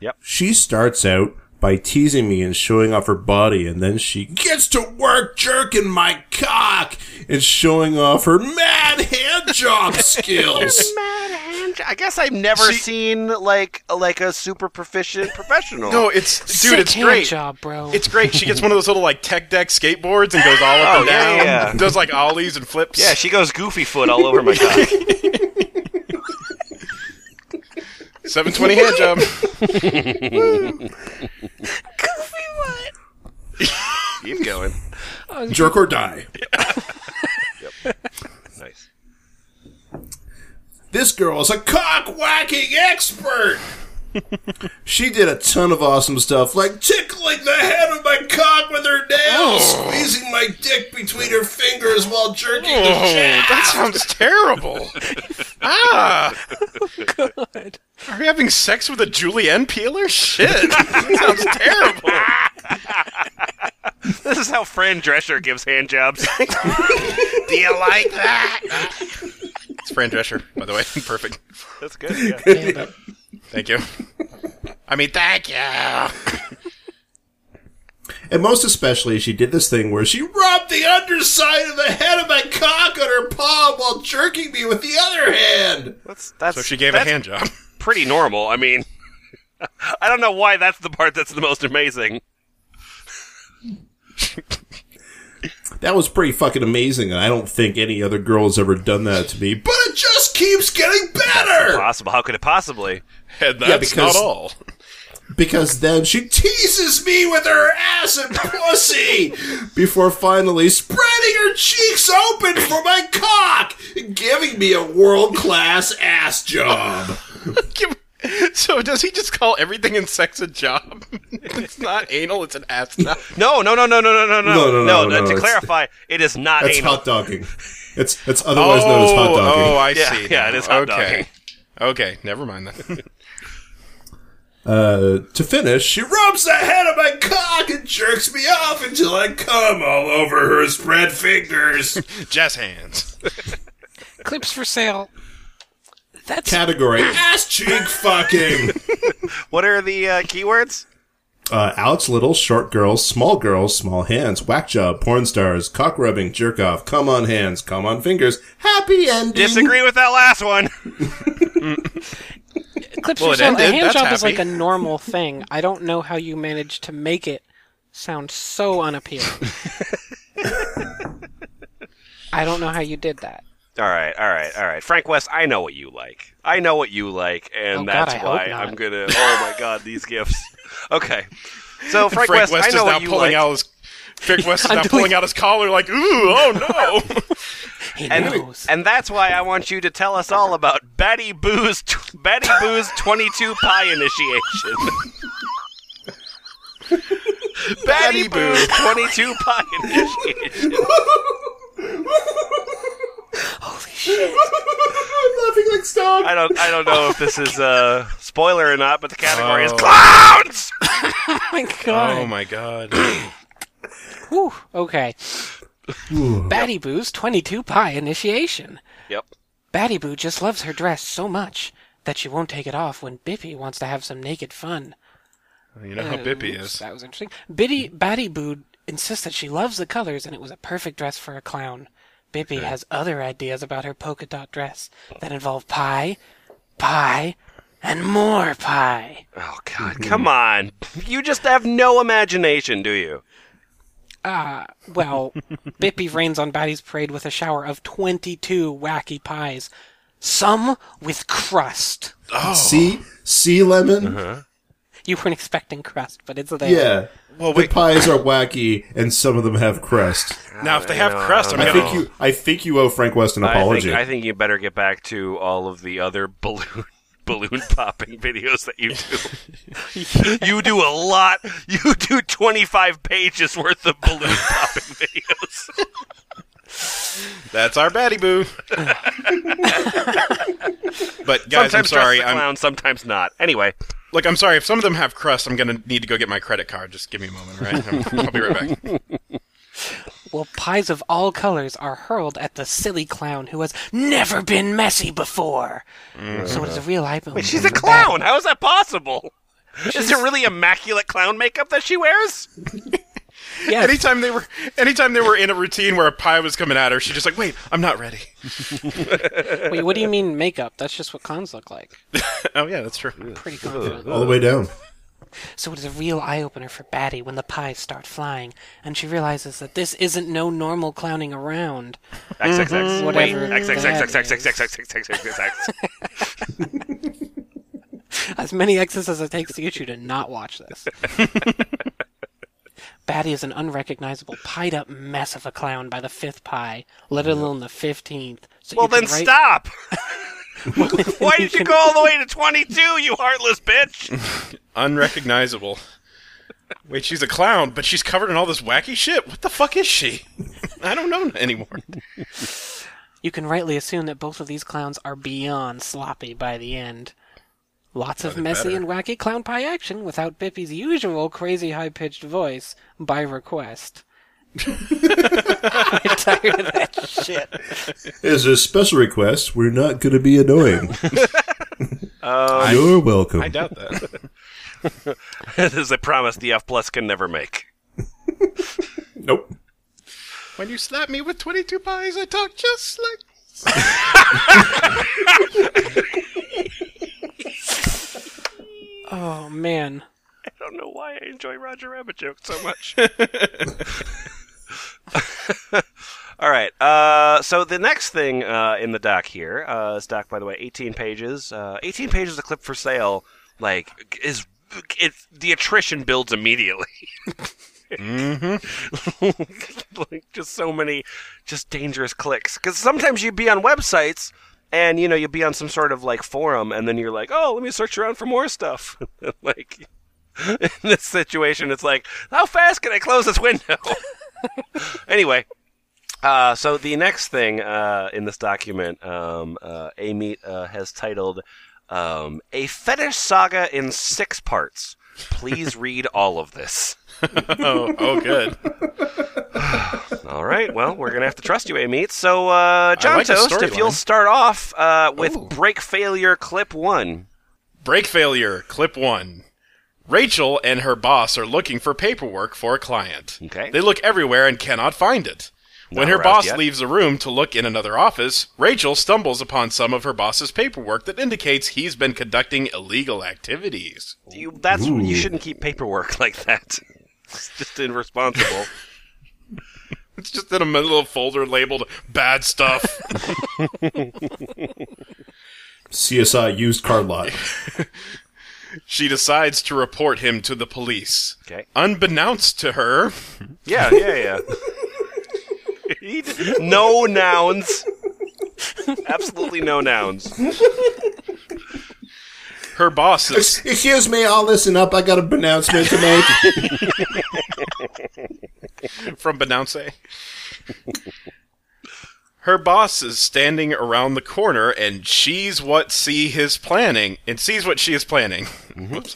Speaker 1: Yep.
Speaker 2: she starts out by teasing me and showing off her body, and then she gets to work jerking my cock and showing off her mad hand job skills.
Speaker 1: I guess I've never
Speaker 4: She-
Speaker 1: seen like like a super proficient professional.
Speaker 4: No, it's dude,
Speaker 3: Sick
Speaker 4: it's
Speaker 3: hand
Speaker 4: great.
Speaker 3: job, bro.
Speaker 4: It's great. She gets one of those little like tech deck skateboards and goes all up
Speaker 1: Oh,
Speaker 4: and
Speaker 1: yeah,
Speaker 4: down.
Speaker 1: yeah.
Speaker 4: Does like ollies and flips.
Speaker 1: yeah, she goes goofy foot all over my cock.
Speaker 4: 720 hand job.
Speaker 1: Keep going.
Speaker 2: Jerk or die.
Speaker 1: Nice.
Speaker 2: This girl is a cock whacking expert. she did a ton of awesome stuff, like tickling the head of my cock with her nails, squeezing my dick between her fingers while jerking the
Speaker 4: Oh, that sounds terrible. ah,
Speaker 3: good.
Speaker 4: are we having sex with a Julianne Peeler? Shit, that sounds terrible.
Speaker 1: This is how Fran Drescher gives hand jobs. Do you like that?
Speaker 4: It's Fran Drescher, by the way. Perfect.
Speaker 1: That's good. Yeah.
Speaker 3: Yeah, but
Speaker 4: Thank you. I mean, thank you.
Speaker 2: And most especially, she did this thing where she rubbed the underside of the head of my cock on her palm while jerking me with the other hand.
Speaker 1: That's, that's,
Speaker 4: So she gave
Speaker 1: that's
Speaker 4: a hand job.
Speaker 1: pretty normal. I mean, I don't know why that's the part that's the most amazing.
Speaker 2: That was pretty fucking amazing, and I don't think any other girl has ever done that to me. But it just keeps getting better
Speaker 1: Possible. How could it possibly?
Speaker 4: And that's
Speaker 2: because-
Speaker 4: not all.
Speaker 2: because then she teases me with her ass and pussy before finally spreading her cheeks open for my cock, and giving me a world class ass job.
Speaker 4: Give- So does he just call everything in sex a job? it's not anal, it's an ass job.
Speaker 1: No, no, no, no, no, no, no, no,
Speaker 2: No, no, no, no,
Speaker 1: to
Speaker 2: it's-
Speaker 1: clarify, it is not
Speaker 2: That's
Speaker 1: anal.
Speaker 2: hot dogging. It's it's otherwise known as hot dogging.
Speaker 4: oh, I
Speaker 1: Yeah,
Speaker 4: see.
Speaker 1: yeah, it is hot
Speaker 4: okay. Okay, never mind that.
Speaker 2: Uh, to finish, she rubs the head of my cock and jerks me off until I come all over her spread fingers.
Speaker 4: Jazz hands.
Speaker 3: clips for sale. That's
Speaker 2: Category ass cheek fucking.
Speaker 1: What are the uh, keywords?
Speaker 2: Uh, Alex Little, short girls, small girls, small hands, whack job, porn stars, cock rubbing, jerk off, come on hands, come on fingers, happy ending.
Speaker 1: Disagree with that last one.
Speaker 3: clips
Speaker 4: Well,
Speaker 3: for
Speaker 4: it
Speaker 3: sale.
Speaker 4: ended.
Speaker 3: A hand
Speaker 4: That's
Speaker 3: job is
Speaker 4: happy.
Speaker 3: like a normal thing. I don't know how you managed to make it sound so unappealing. I don't know how you did that.
Speaker 1: All right, all right, all right. Frank West, I know what you like. I know what you like, and
Speaker 3: Oh, God,
Speaker 1: that's
Speaker 3: I hope
Speaker 1: why
Speaker 3: not.
Speaker 1: I'm gonna. Oh my God, these gifts. Okay, so Frank,
Speaker 4: Frank
Speaker 1: West,
Speaker 4: West
Speaker 1: I
Speaker 4: is
Speaker 1: know
Speaker 4: now
Speaker 1: what you
Speaker 4: pulling
Speaker 1: like.
Speaker 4: out his Frank West is
Speaker 3: I'm
Speaker 4: now
Speaker 3: doing-
Speaker 4: pulling out his collar like, ooh, oh no.
Speaker 3: He
Speaker 1: and,
Speaker 3: knows.
Speaker 1: and that's why I want you to tell us all about Betty Boo's t- Betty Boo's 22 pie initiation. Betty
Speaker 4: Betty Boo.
Speaker 1: Boo's 22 pie initiation.
Speaker 3: Holy shit!
Speaker 2: I'm laughing like stop.
Speaker 1: I don't I don't know if this is a uh, spoiler or not, but the category is
Speaker 4: Oh.
Speaker 1: clowns.
Speaker 3: Oh my
Speaker 4: oh
Speaker 3: god.
Speaker 4: my god.
Speaker 3: Whew. Okay. Batty Boo's 22 pie initiation.
Speaker 1: Yep.
Speaker 3: Batty Boo just loves her dress so much that she won't take it off when Bippy wants to have some naked fun.
Speaker 4: You know how Bippy
Speaker 3: Oops,
Speaker 4: is.
Speaker 3: That was interesting. Biddy, Batty Boo insists that she loves the colors and it was a perfect dress for a clown. Bippy has other ideas about her polka dot dress that involve pie, pie, and more pie.
Speaker 1: Oh God, come on! You just have no imagination, do you?
Speaker 3: Well, Bippy rains on Batty's parade with a shower of 22 wacky pies, some with crust.
Speaker 2: See, sea lemon.
Speaker 3: You weren't expecting crust, but it's there.
Speaker 2: Yeah.
Speaker 4: Well,
Speaker 2: the
Speaker 4: wait.
Speaker 2: pies are wacky, and some of them have crest.
Speaker 4: Now if they have crust, I'm
Speaker 2: I
Speaker 4: gonna
Speaker 2: think you. I think you owe Frank West an
Speaker 1: I think
Speaker 2: apology.
Speaker 1: I think you better get back to all of the other balloon balloon popping videos that you do. You do a lot. You do 25 pages worth of balloon popping videos.
Speaker 4: That's our baddie boo. but guys,
Speaker 1: sometimes
Speaker 4: I'm sorry.
Speaker 1: dressed as a
Speaker 4: I'm
Speaker 1: clown, sometimes not. Anyway,
Speaker 4: Look, I'm sorry. If some of them have crust, I'm gonna need to go get my credit card. Just give me a moment, all right? I'm- I'll be right back.
Speaker 3: Well, pies of all colors are hurled at the silly clown who has never been messy before.
Speaker 4: Mm.
Speaker 3: So it is a real eye balloon.
Speaker 1: she's a clown. How is that possible? Is it really immaculate clown makeup that she wears?
Speaker 3: Yes.
Speaker 4: Anytime they were, anytime they were in a routine where a pie was coming at her, she just like, "Wait, I'm not ready."
Speaker 3: Wait, what do you mean makeup? That's just what clowns look like.
Speaker 4: oh yeah, that's true.
Speaker 3: Pretty confident.
Speaker 2: All the way down.
Speaker 3: So it is a real eye opener for Batty when the pies start flying, and she realizes that this isn't no normal clowning around.
Speaker 1: XXX. Wait,
Speaker 3: Whatever that
Speaker 1: XXXXXXXXXXXX.
Speaker 3: As many X's as it takes to get you to not watch this. Batty is an unrecognizable, pied up mess of a clown by the fifth pie, let alone the fifteenth. So
Speaker 1: Well,
Speaker 3: you can
Speaker 1: then
Speaker 3: write-
Speaker 1: stop. Why did you go all the way to 22, you heartless bitch?
Speaker 4: Unrecognizable. Wait, she's a clown, but she's covered in all this wacky shit. What the fuck is she? I don't know anymore.
Speaker 3: You can rightly assume that both of these clowns are beyond sloppy by the end. Lots of messy
Speaker 4: better.
Speaker 3: and wacky clown pie action without Bippy's usual crazy high pitched voice by request. I'm tired of that shit.
Speaker 2: As a special request, we're not going to be annoying. You're welcome.
Speaker 4: I doubt that.
Speaker 1: this is a promise the F plus can never make.
Speaker 2: nope.
Speaker 4: When you slap me with 22 pies, I talk just like.
Speaker 3: Oh man.
Speaker 1: I don't know why I enjoy Roger Rabbit jokes so much. All right. Uh, so the next thing uh, in the doc here, uh, this doc, by the way, 18 pages. Uh, 18 pages of clip for sale. Like is it the attrition builds immediately. like just so many just dangerous clicks because sometimes you'd be on websites and you know you'd be on some sort of like forum and then you're like oh let me search around for more stuff like in this situation it's like how fast can i close this window anyway uh, so the next thing uh, in this document um, uh, amy uh, has titled um, a fetish saga in six parts please read all of this
Speaker 4: Oh, oh, good.
Speaker 1: all right. Well, we're gonna have to trust you, Amy. So, uh, John
Speaker 4: like the
Speaker 1: Toast, if
Speaker 4: storyline.
Speaker 1: you'll start off uh, with break failure clip one.
Speaker 4: Brake failure. Clip one. Rachel and her boss are looking for paperwork for a client.
Speaker 1: Okay.
Speaker 4: They look everywhere and cannot find it. when her
Speaker 1: aroused
Speaker 4: boss
Speaker 1: yet.
Speaker 4: leaves the room to look in another office, Rachel stumbles upon some of her boss's paperwork that indicates he's been conducting illegal activities.
Speaker 1: You that's you shouldn't keep paperwork like that. It's just irresponsible.
Speaker 4: It's just in a little folder labeled bad stuff.
Speaker 2: CSI used car lot.
Speaker 4: she decides to report him to the police.
Speaker 1: Okay.
Speaker 4: Unbeknownst to her,
Speaker 1: yeah, yeah, yeah. He d- no nouns. Absolutely no nouns.
Speaker 4: her boss is
Speaker 2: Excuse me, I'll listen up. I got a pronouncement to make.
Speaker 4: from Benounce. Her boss is standing around the corner and she's what see his planning and sees what she is planning. Whoops.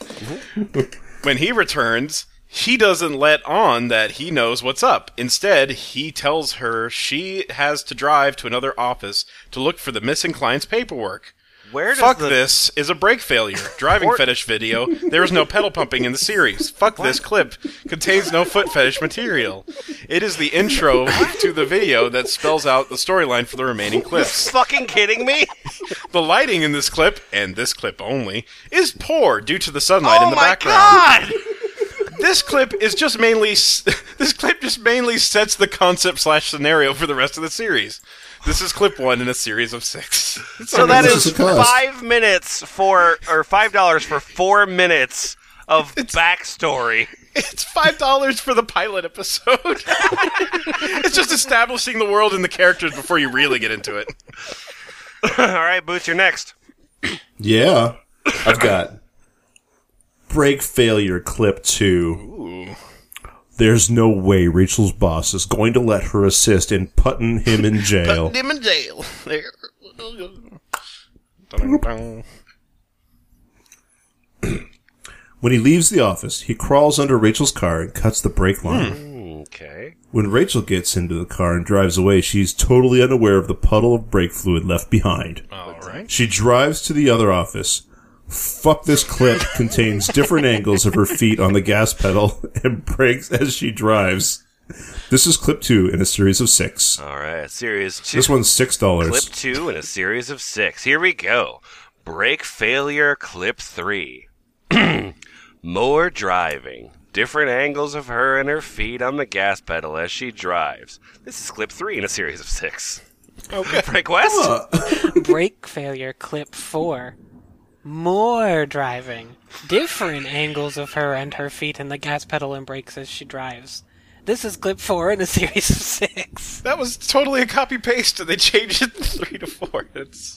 Speaker 4: when he returns, he doesn't let on that he knows what's up. Instead, he tells her she has to drive to another office to look for the missing client's paperwork.
Speaker 1: Where does
Speaker 4: Fuck
Speaker 1: the
Speaker 4: this is a brake failure. Driving
Speaker 1: Or-
Speaker 4: fetish video. There is no pedal pumping in the series. Fuck this clip. Contains no foot fetish material. It is the intro to the video that spells out the storyline for the remaining clips.
Speaker 1: fucking kidding me?
Speaker 4: The lighting in this clip, and this clip only, is poor due to the sunlight
Speaker 1: oh
Speaker 4: in the
Speaker 1: my
Speaker 4: background.
Speaker 1: god!
Speaker 4: This clip is just mainly s- this clip just mainly sets the concept slash scenario for the rest of the series. This is clip one in a series of six.
Speaker 1: So that is
Speaker 2: This is a cost.
Speaker 1: five minutes for, or five dollars for four minutes of backstory.
Speaker 4: It's five dollars for the pilot episode. it's just establishing the world and the characters before you really get into it.
Speaker 1: All right, Boots, you're next.
Speaker 2: yeah. I've got break failure clip two.
Speaker 4: Ooh.
Speaker 2: There's no way Rachel's boss is going to let her assist in putting him in jail.
Speaker 4: Put him in jail. There. Dun-dun-dun.
Speaker 2: When he leaves the office, he crawls under Rachel's car and cuts the brake line.
Speaker 4: Hmm.
Speaker 1: Okay.
Speaker 2: When Rachel gets into the car and drives away, she's totally unaware of the puddle of brake fluid left behind.
Speaker 4: All right.
Speaker 2: She drives to the other office. Fuck this clip contains different angles of her feet on the gas pedal and brakes as she drives. This is clip two in a series of six.
Speaker 1: All right. Series two.
Speaker 2: This one's six
Speaker 1: clip
Speaker 2: dollars.
Speaker 1: two in a series of six. Here we go. Brake failure. Clip three. More driving. Different angles of her and her feet on the gas pedal as she drives. This is clip three in a series of six. Okay. Break West.
Speaker 3: Brake failure clip four. More driving. Different angles of her and her feet and the gas pedal and brakes as she drives. This is clip four in a series of six.
Speaker 4: That was totally a copy paste, and they changed it three to four. It's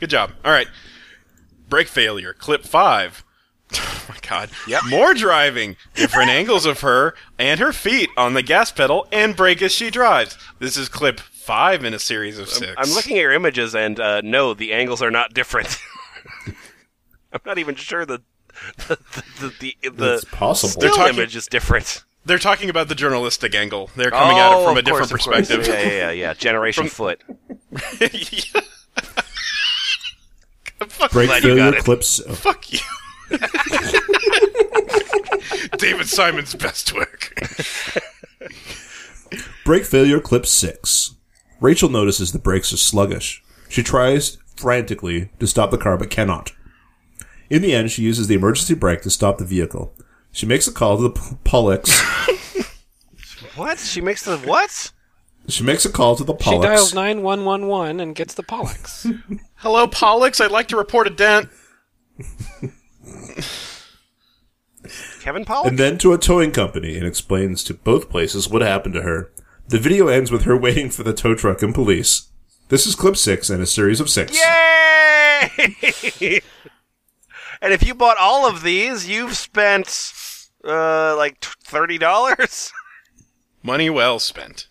Speaker 4: good job. All right, brake failure. Clip five. Oh my god.
Speaker 1: Yep.
Speaker 4: More driving. Different angles of her and her feet on the gas pedal and brake as she drives. This is clip five in a series of 6
Speaker 1: I'm looking at your images, and uh, no, the angles are not different. I'm not even sure the the the the, the,
Speaker 2: It's possible.
Speaker 1: still
Speaker 4: They're talking-
Speaker 1: image is different.
Speaker 4: They're talking about the journalistic angle. They're coming at it
Speaker 1: Oh,
Speaker 4: from a
Speaker 1: of course,
Speaker 4: different
Speaker 1: of course.
Speaker 4: perspective.
Speaker 1: Yeah, yeah, yeah, yeah. Generation Foot.
Speaker 4: Fuck
Speaker 2: Brake
Speaker 1: Glad you
Speaker 2: failure
Speaker 1: got it.
Speaker 2: clips. oh,
Speaker 4: Fuck you. David Simon's best work.
Speaker 2: Brake failure clip six. Rachel notices the brakes are sluggish. She tries frantically to stop the car but cannot. In the end, she uses the emergency brake to stop the vehicle. She makes a call to the p- Pollux.
Speaker 1: What? She makes the what?
Speaker 2: She makes a call to the
Speaker 3: She
Speaker 2: Pollux.
Speaker 3: dials nine one one one and gets the Pollux.
Speaker 4: Hello, Pollux. I'd like to report a dent.
Speaker 1: Kevin Pollock?
Speaker 2: and then to a towing company and explains to both places what happened to her. The video ends with her waiting for the tow truck and police. This is clip six and a series of six.
Speaker 1: Yay! and if you bought all of these, you've spent uh, like t- thirty dollars.
Speaker 4: Money well spent.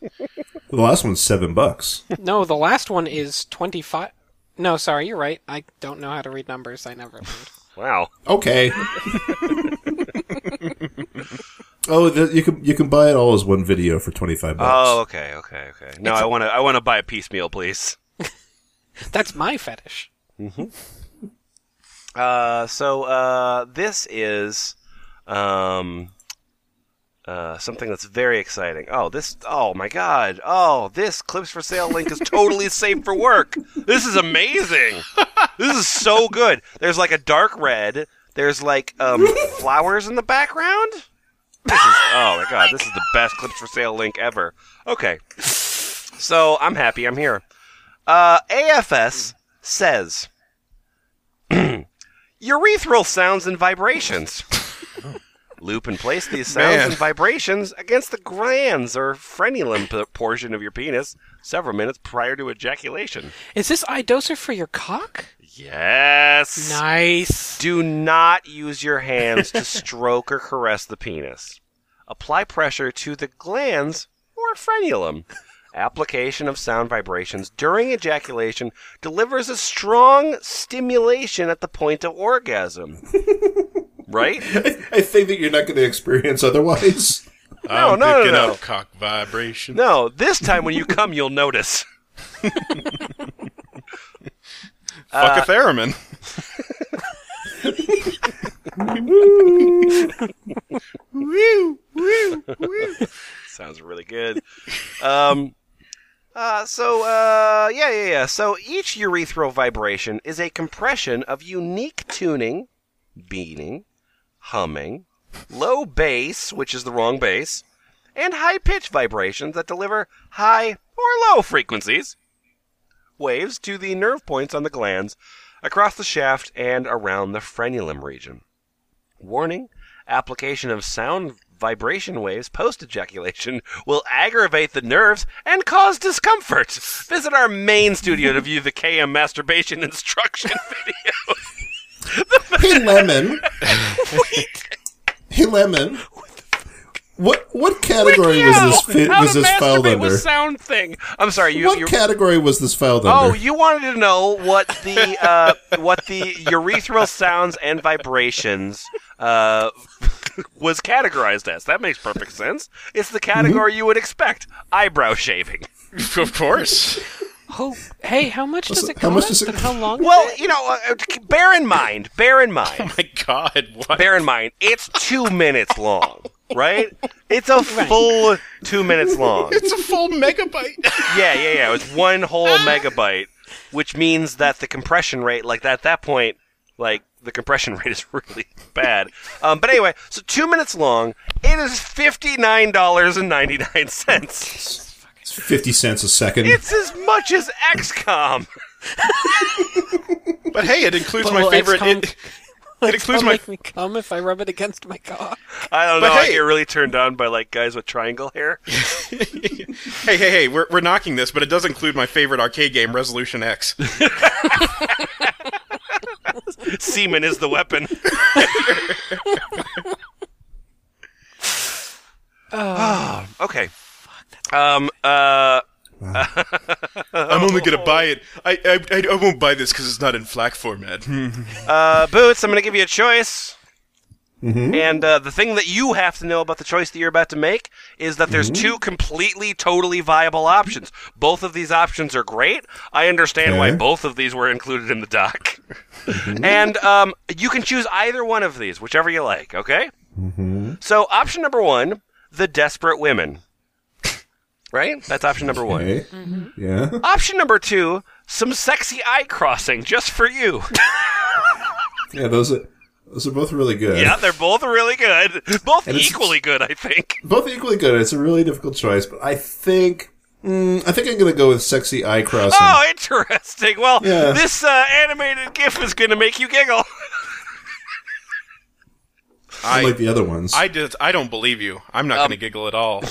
Speaker 2: The last one's seven bucks.
Speaker 3: no, the last one is twenty five. No, sorry, you're right. I don't know how to read numbers. I never learned.
Speaker 1: Wow.
Speaker 2: Okay. oh, the, you can you can buy it all as one video for twenty five bucks.
Speaker 1: Oh, okay, okay, okay. No, I want to. I want to buy a piecemeal, please.
Speaker 3: That's my fetish.
Speaker 1: Uh, so uh, this is um, uh, something that's very exciting. Oh, this! Oh my God! Oh, this clips for sale link is totally safe for work. This is amazing. this is so good. There's like a dark red. There's like um, flowers in the background. This is oh my God! This is the best clips for sale link ever. Okay, so I'm happy. I'm here. Uh, AFS says. urethral sounds and vibrations. Loop and place these sounds
Speaker 4: Man.
Speaker 1: and vibrations against the glands or frenulum p- portion of your penis several minutes prior to ejaculation.
Speaker 3: Is this iDoser for your cock?
Speaker 1: Yes.
Speaker 3: Nice.
Speaker 1: Do not use your hands to stroke or caress the penis. Apply pressure to the glands or frenulum. Application of sound vibrations during ejaculation delivers a strong stimulation at the point of orgasm. right?
Speaker 2: I think that you're not going to experience otherwise.
Speaker 4: I'm
Speaker 1: no, no,
Speaker 4: picking
Speaker 1: no.
Speaker 4: up cock vibration.
Speaker 1: No, this time when you come, you'll notice. uh,
Speaker 4: Fuck a theremin.
Speaker 1: Sounds really good. Um, uh, so, uh, yeah, yeah, yeah. So each urethral vibration is a compression of unique tuning, beating, humming, low bass, which is the wrong bass, and high pitch vibrations that deliver high or low frequencies waves to the nerve points on the glands across the shaft and around the frenulum region. Warning application of sound vibration waves post ejaculation will aggravate the nerves and cause discomfort. Visit our main studio to view the KM masturbation instruction video.
Speaker 2: Hey, Lemon. Hey, Lemon. What what category was this fit,
Speaker 1: How
Speaker 2: was
Speaker 1: to
Speaker 2: this filed
Speaker 1: masturbate
Speaker 2: under?
Speaker 1: with sound thing. I'm sorry. You,
Speaker 2: what
Speaker 1: you
Speaker 2: category was this filed
Speaker 1: Oh,
Speaker 2: under?
Speaker 1: you wanted to know what the uh, what the urethral sounds and vibrations uh, was categorized as. That makes perfect sense. It's the category you would expect: eyebrow shaving.
Speaker 4: of course.
Speaker 3: Oh, hey, how much does
Speaker 2: it-
Speaker 3: it
Speaker 2: how
Speaker 3: cost?
Speaker 2: much does it-
Speaker 3: and how long?
Speaker 1: Well, you know, uh, bear in mind, bear in mind,
Speaker 4: My God, what?
Speaker 1: bear in mind, it's two minutes long, right? It's a full two minutes long.
Speaker 4: It's a full megabyte.
Speaker 1: Yeah, yeah, yeah. It was one whole megabyte, which means that the compression rate, like at that point, like the compression rate is really bad. Um, but anyway, so two minutes long. It is fifty nine dollars and ninety nine cents.
Speaker 2: It's Fifty cents a second.
Speaker 1: It's as much as XCOM.
Speaker 4: but hey, it includes
Speaker 3: But
Speaker 4: my
Speaker 3: will
Speaker 4: favorite.
Speaker 3: XCOM
Speaker 4: It, it includes
Speaker 3: It'll
Speaker 4: my.
Speaker 3: make me come if I rub it against my car.
Speaker 1: I don't know.
Speaker 4: But
Speaker 1: I
Speaker 4: hey-
Speaker 1: get really turned on by like guys with triangle hair.
Speaker 4: Hey, hey, hey! We're, we're knocking this, but it does include my favorite arcade game, Resolution X.
Speaker 1: Semen is the weapon. oh, okay. Um. Uh.
Speaker 4: I'm only gonna buy it. I I, I, I won't buy this because it's not in FLAC format. Hmm.
Speaker 1: Uh, Boots, I'm going to give you a choice.
Speaker 2: Mm-hmm.
Speaker 1: And uh, the thing that you have to know about the choice that you're about to make is that there's
Speaker 2: Mm-hmm.
Speaker 1: two completely, totally viable options. Both of these options are great. I understand why
Speaker 2: Okay. Mm-hmm.
Speaker 1: both of these were included in the doc. and um, you can choose either one of these, whichever you like, okay?
Speaker 2: Mm-hmm.
Speaker 1: So, option number one the desperate women. right? That's option number one.
Speaker 2: okay. Yeah.
Speaker 1: Option number two some sexy eye crossing just for you.
Speaker 2: Yeah, those are those are both really good.
Speaker 1: Yeah, they're both really good. Both
Speaker 2: it's-
Speaker 1: equally good, I think.
Speaker 2: Both equally good. It's a really difficult choice, but I think mm, I think I'm gonna go with sexy eye crossing.
Speaker 1: Oh, interesting. Well,
Speaker 2: Yeah.
Speaker 1: this uh, animated GIF is going to make you giggle.
Speaker 4: I
Speaker 2: Unlike the other ones.
Speaker 4: I did. I don't believe you. I'm not gonna giggle at all.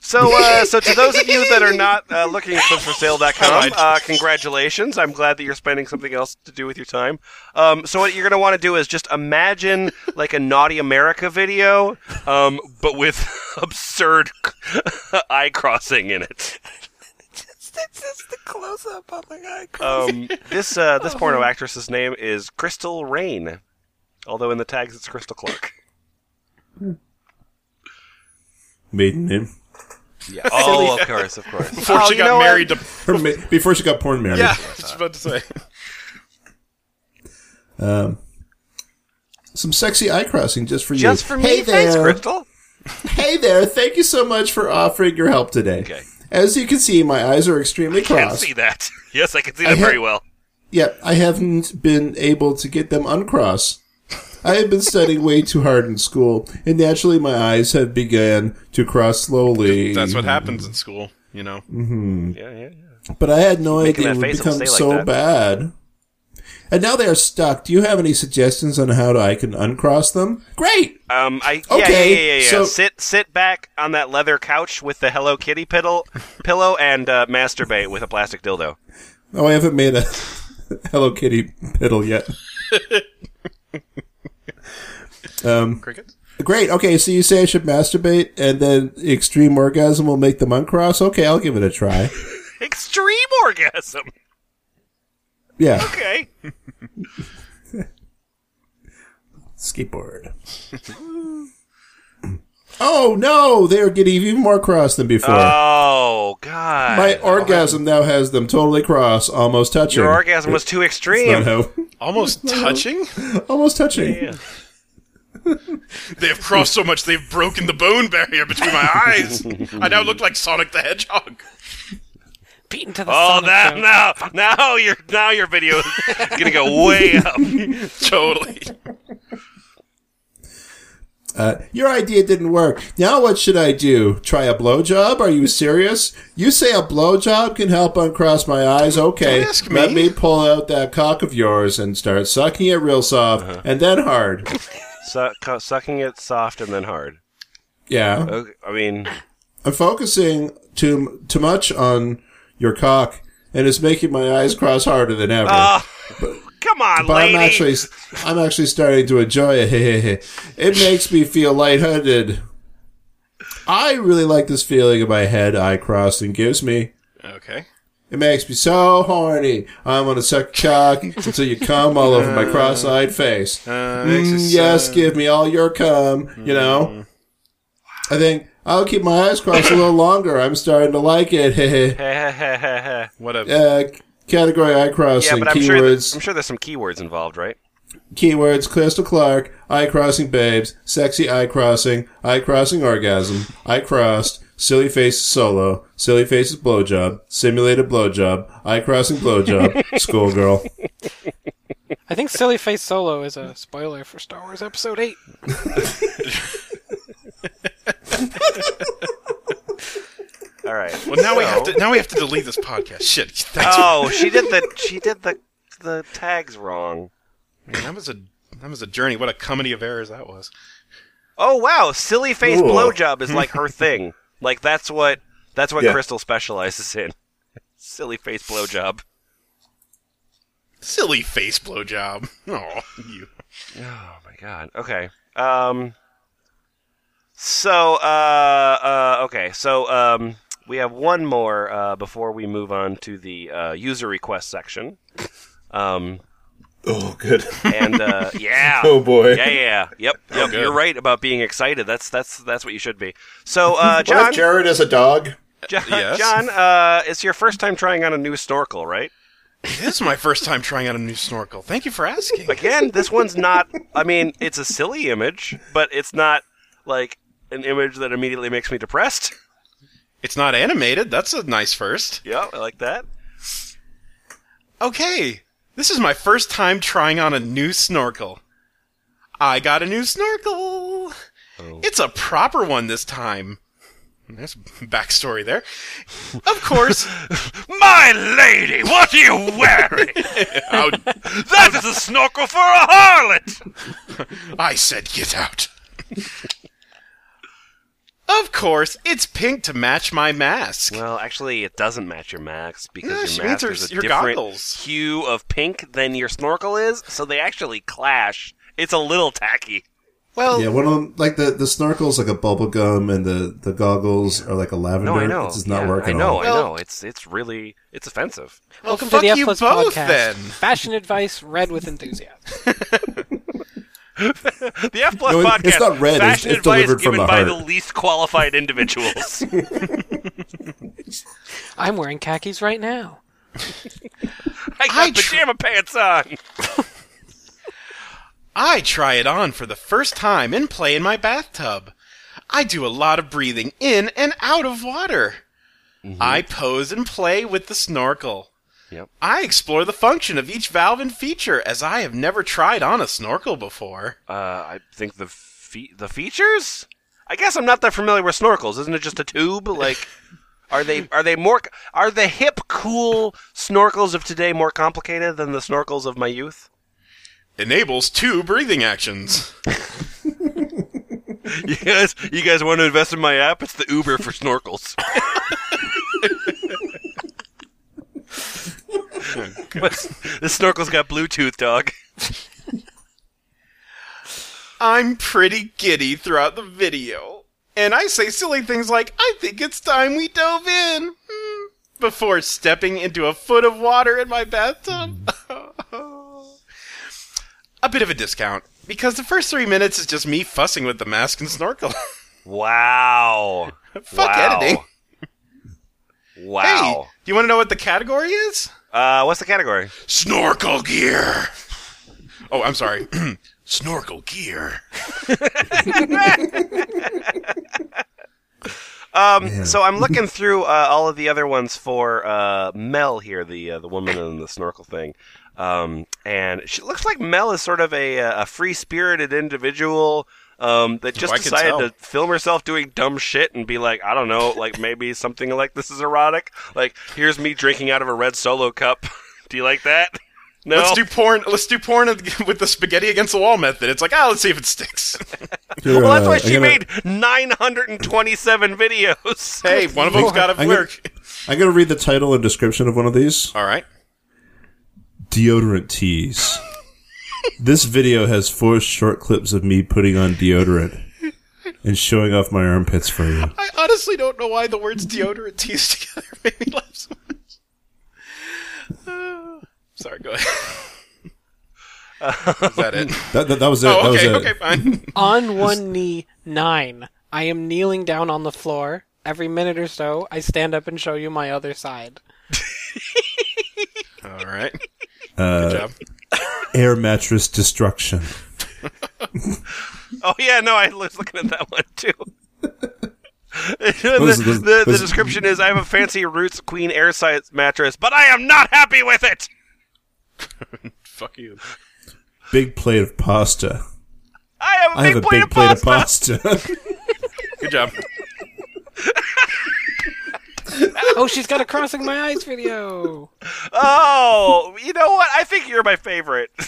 Speaker 1: So, uh, so to those of you that are not uh, looking at clipsforsale.com, uh, congratulations. I'm glad that you're spending something else to do with your time. Um, so, what you're going to want to do is just imagine like a Naughty America video, um, but with absurd eye crossing in it.
Speaker 3: It's just the close up on my eye. Oh.
Speaker 1: Um, this uh, this porno actress's name is Crystal Rain, although in the tags it's Crystal Clark.
Speaker 2: Maiden name.
Speaker 1: Yeah. Oh, of course, of course.
Speaker 4: Before she got married to.
Speaker 2: Her ma- before she got porn married.
Speaker 4: Yeah, I was about to say.
Speaker 2: Um, some sexy eye crossing just for you.
Speaker 1: Just for me,
Speaker 2: hey
Speaker 1: thanks,
Speaker 2: there.
Speaker 1: Crystal.
Speaker 2: Hey there. Thank you so much for offering your help today.
Speaker 1: Okay.
Speaker 2: As you can see, my eyes are extremely
Speaker 1: Can't
Speaker 2: crossed.
Speaker 1: see that. Yes, I can see that
Speaker 2: ha-
Speaker 1: very well.
Speaker 2: Yet I haven't been able to get them uncrossed. I have been studying way too hard in school, and naturally my eyes have begun to cross slowly.
Speaker 4: That's what happens in school, you know.
Speaker 1: Yeah, yeah, yeah.
Speaker 2: But I had no
Speaker 1: Making
Speaker 2: idea it
Speaker 1: that
Speaker 2: would
Speaker 1: face will stay
Speaker 2: become
Speaker 1: like
Speaker 2: so
Speaker 1: that.
Speaker 2: bad. And now they are stuck. Do you have any suggestions on how I can uncross them? Great.
Speaker 1: Um, I yeah,
Speaker 2: Okay,
Speaker 1: yeah, yeah, yeah, yeah.
Speaker 2: so-
Speaker 1: sit sit back on that leather couch with the Hello Kitty piddle, pillow and uh, masturbate with a plastic dildo.
Speaker 2: Oh, I haven't made a Hello Kitty piddle yet. um,
Speaker 4: Crickets.
Speaker 2: great. Okay, so you say I should masturbate, and then extreme orgasm will make them uncross. Okay, I'll give it a try.
Speaker 1: Extreme orgasm.
Speaker 2: Yeah,
Speaker 1: Okay.
Speaker 2: skateboard. oh no, they are getting even more cross than before.
Speaker 4: Uh,
Speaker 1: Oh God.
Speaker 2: My orgasm now has them totally cross, almost touching.
Speaker 1: Your orgasm was too
Speaker 2: Not
Speaker 1: extreme.
Speaker 2: how-
Speaker 4: Almost touching?
Speaker 2: almost touching.
Speaker 4: They have crossed so much they've broken the bone barrier between my eyes. I now look like Sonic the Hedgehog.
Speaker 3: Beaten to the
Speaker 1: Oh,
Speaker 3: Sonic
Speaker 1: that
Speaker 3: joke.
Speaker 1: now, now your now your video is gonna go way up.
Speaker 4: Totally.
Speaker 2: Uh, your idea didn't work. Now what should I do? Try a blowjob? Are you serious? You say a blowjob can help uncross my eyes? Okay.
Speaker 4: Don't ask
Speaker 2: Let
Speaker 4: me.
Speaker 2: me pull out that cock of yours and start sucking it real soft
Speaker 4: Uh-huh.
Speaker 2: and then hard.
Speaker 1: Su- cu- sucking it soft and then hard.
Speaker 2: Yeah.
Speaker 1: Okay, I mean,
Speaker 2: I'm focusing too too much on your cock and it's making my eyes cross harder than ever.
Speaker 1: come Come on,
Speaker 2: But
Speaker 1: lady.
Speaker 2: I'm actually, I'm actually starting to enjoy it. it makes me feel lightheaded. I really like this feeling of my head eye crossing gives me.
Speaker 4: Okay.
Speaker 2: It makes me so horny. I'm gonna suck cock until you cum all over my cross-eyed face.
Speaker 4: Uh, makes
Speaker 2: Mm,
Speaker 4: us,
Speaker 2: yes,
Speaker 4: uh,
Speaker 2: give me all your cum. You know.
Speaker 1: Mm-hmm.
Speaker 2: I think I'll keep my eyes crossed a little longer. I'm starting to like it.
Speaker 4: What a
Speaker 2: uh, category eye
Speaker 1: yeah,
Speaker 2: crossing
Speaker 1: but I'm sure,
Speaker 2: keywords.
Speaker 1: that, I'm sure there's some keywords involved, right?
Speaker 2: Keywords Crystal Clark, eye crossing babes, sexy eye crossing, eye crossing orgasm, eye crossed, silly faces solo, silly faces blowjob, simulated blowjob, eye crossing blowjob, schoolgirl.
Speaker 3: I think Silly Face Solo is a spoiler for Star Wars Episode 8.
Speaker 1: All right.
Speaker 4: Well, now we have to now we have to delete this podcast. Shit, thanks.
Speaker 1: Oh, she did the she did the the tags wrong.
Speaker 4: man, that was a that was a journey. What a comedy of errors that was.
Speaker 1: Oh wow, silly face
Speaker 2: Ooh.
Speaker 1: blowjob is like her thing. Like that's what that's what
Speaker 2: Yeah.
Speaker 1: Crystal specializes in. Silly face blowjob.
Speaker 4: Silly face blowjob. Oh, you.
Speaker 1: Oh my god. Okay. Um. So uh, uh okay. So um we have one more uh, before we move on to the uh, user request section. Um
Speaker 5: Oh, good.
Speaker 1: and uh, yeah.
Speaker 5: Oh boy.
Speaker 1: Yeah, yeah, yep, yep.
Speaker 4: good.
Speaker 1: You're right about being excited. That's that's that's what you should be. So, uh,
Speaker 5: What
Speaker 1: John,
Speaker 5: if Jared is a dog?
Speaker 1: John,
Speaker 4: Yes.
Speaker 1: John, uh, it's your first time trying on a new snorkel, right?
Speaker 4: This is my first time trying out a new snorkel. Thank you for asking.
Speaker 1: Again, this one's not. I mean, it's a silly image, but it's not like an image that immediately makes me depressed.
Speaker 4: It's not animated. That's a nice first.
Speaker 1: Yeah, I like that.
Speaker 4: Okay. This is my first time trying on a new snorkel. I got a new snorkel. It's a proper one this time. There's backstory there. Of course.
Speaker 1: My lady, what are you wearing?
Speaker 4: How
Speaker 1: that is a snorkel for a harlot.
Speaker 4: I said get out. of course, it's pink to match my mask.
Speaker 1: Well, actually, it doesn't match your mask because
Speaker 4: Yeah, she
Speaker 1: your
Speaker 4: means
Speaker 1: mask
Speaker 4: her-
Speaker 1: is a
Speaker 4: your
Speaker 1: different
Speaker 4: goggles.
Speaker 1: hue of pink than your snorkel is, so they actually clash. It's a little tacky.
Speaker 4: Well,
Speaker 2: Yeah, one of them, like the, the snorkel's like a bubble gum and the, the goggles are like a lavender.
Speaker 1: No, I know.
Speaker 2: It does not
Speaker 1: Yeah,
Speaker 2: work
Speaker 1: I
Speaker 2: at
Speaker 1: know.
Speaker 2: all.
Speaker 1: I know. It's it's really it's offensive.
Speaker 3: Welcome
Speaker 4: fuck
Speaker 3: to the F
Speaker 4: you
Speaker 3: Plus
Speaker 4: both,
Speaker 3: podcast.
Speaker 4: then.
Speaker 3: Fashion advice read with enthusiasm.
Speaker 1: The F Plus
Speaker 2: No, it-
Speaker 1: podcast.
Speaker 2: it's not red, it's-
Speaker 1: Fashion
Speaker 2: it's
Speaker 1: advice
Speaker 2: delivered from
Speaker 1: given
Speaker 2: the
Speaker 1: by
Speaker 2: heart.
Speaker 1: the least qualified individuals.
Speaker 3: I'm wearing khakis right now.
Speaker 1: I got
Speaker 4: I tr-
Speaker 1: pajama pants on.
Speaker 4: I try it on for the first time and play in my bathtub. I do a lot of breathing in and out of water. I pose and play with the snorkel.
Speaker 1: Mm-hmm. Yep.
Speaker 4: I explore the function of each valve and feature as I have never tried on a snorkel before.
Speaker 1: Uh, I think the fe- the features. I guess I'm not that familiar with snorkels. Isn't it just a tube? Like, are they are they more are the hip cool snorkels of today more complicated than the snorkels of my youth?
Speaker 4: Enables two breathing actions.
Speaker 1: You guys, you guys want to invest in my app? It's the Uber for snorkels. this snorkel's got Bluetooth, dog.
Speaker 4: I'm pretty giddy throughout the video. And I say silly things like, I think it's time we dove in, hmm, before stepping into a foot of water in my bathtub. a bit of a discount, because the first three minutes is just me fussing with the mask and snorkel.
Speaker 1: Wow.
Speaker 4: Fuck
Speaker 1: Wow.
Speaker 4: editing. Hey,
Speaker 1: Wow.
Speaker 4: do you want to know what the category is?
Speaker 1: Uh, what's the category?
Speaker 4: Snorkel gear! Oh, I'm sorry. snorkel gear.
Speaker 1: Um,
Speaker 2: Yeah.
Speaker 1: so I'm looking through uh, all of the other ones for uh, Mel here, the uh, the woman in the snorkel thing, um, and she looks like Mel is sort of a uh, a free spirited individual um, that just
Speaker 4: I can
Speaker 1: decided
Speaker 4: tell.
Speaker 1: to film herself doing dumb shit and be like, I don't know, like maybe something like this is erotic. Like here's me drinking out of a red solo cup. Do you like that? No.
Speaker 4: Let's do porn. Let's do porn with the spaghetti against the wall method. It's like, ah, let's see if it sticks.
Speaker 2: Here,
Speaker 1: well, that's
Speaker 2: uh,
Speaker 1: why
Speaker 2: I'm
Speaker 1: she
Speaker 2: gonna-
Speaker 1: made 927 videos.
Speaker 4: Hey, one of them's got to
Speaker 2: I'm
Speaker 4: work.
Speaker 2: I'm going to read the title and description of one of these
Speaker 4: All right.
Speaker 2: deodorant teas. This video has four short clips of me putting on deodorant and showing off my armpits for you.
Speaker 4: I honestly don't know why the words deodorant teased together made me laugh so much. Uh, sorry, go ahead. Is that it?
Speaker 2: That, that, that was it.
Speaker 4: Oh, okay,
Speaker 2: that was it.
Speaker 4: okay, fine.
Speaker 3: on one knee, nine. I am kneeling down on the floor. Every minute or so, I stand up and show you my other side.
Speaker 4: All right.
Speaker 2: Uh,
Speaker 4: Good job.
Speaker 2: Air mattress destruction.
Speaker 1: Oh yeah, no, I was looking at that one too.
Speaker 2: Those-
Speaker 1: the,
Speaker 2: those-
Speaker 1: the, the
Speaker 2: those-
Speaker 1: description is: I have a fancy Roots Queen air si- mattress, but I am not happy with it.
Speaker 4: Fuck you.
Speaker 2: Big plate of pasta.
Speaker 1: I have a
Speaker 2: I
Speaker 1: big
Speaker 2: have a
Speaker 1: plate,
Speaker 2: big
Speaker 1: of,
Speaker 2: plate
Speaker 1: pasta.
Speaker 2: of pasta.
Speaker 4: Good job.
Speaker 3: Oh, she's got a crossing my eyes video.
Speaker 1: Oh, you know what? I think you're my favorite.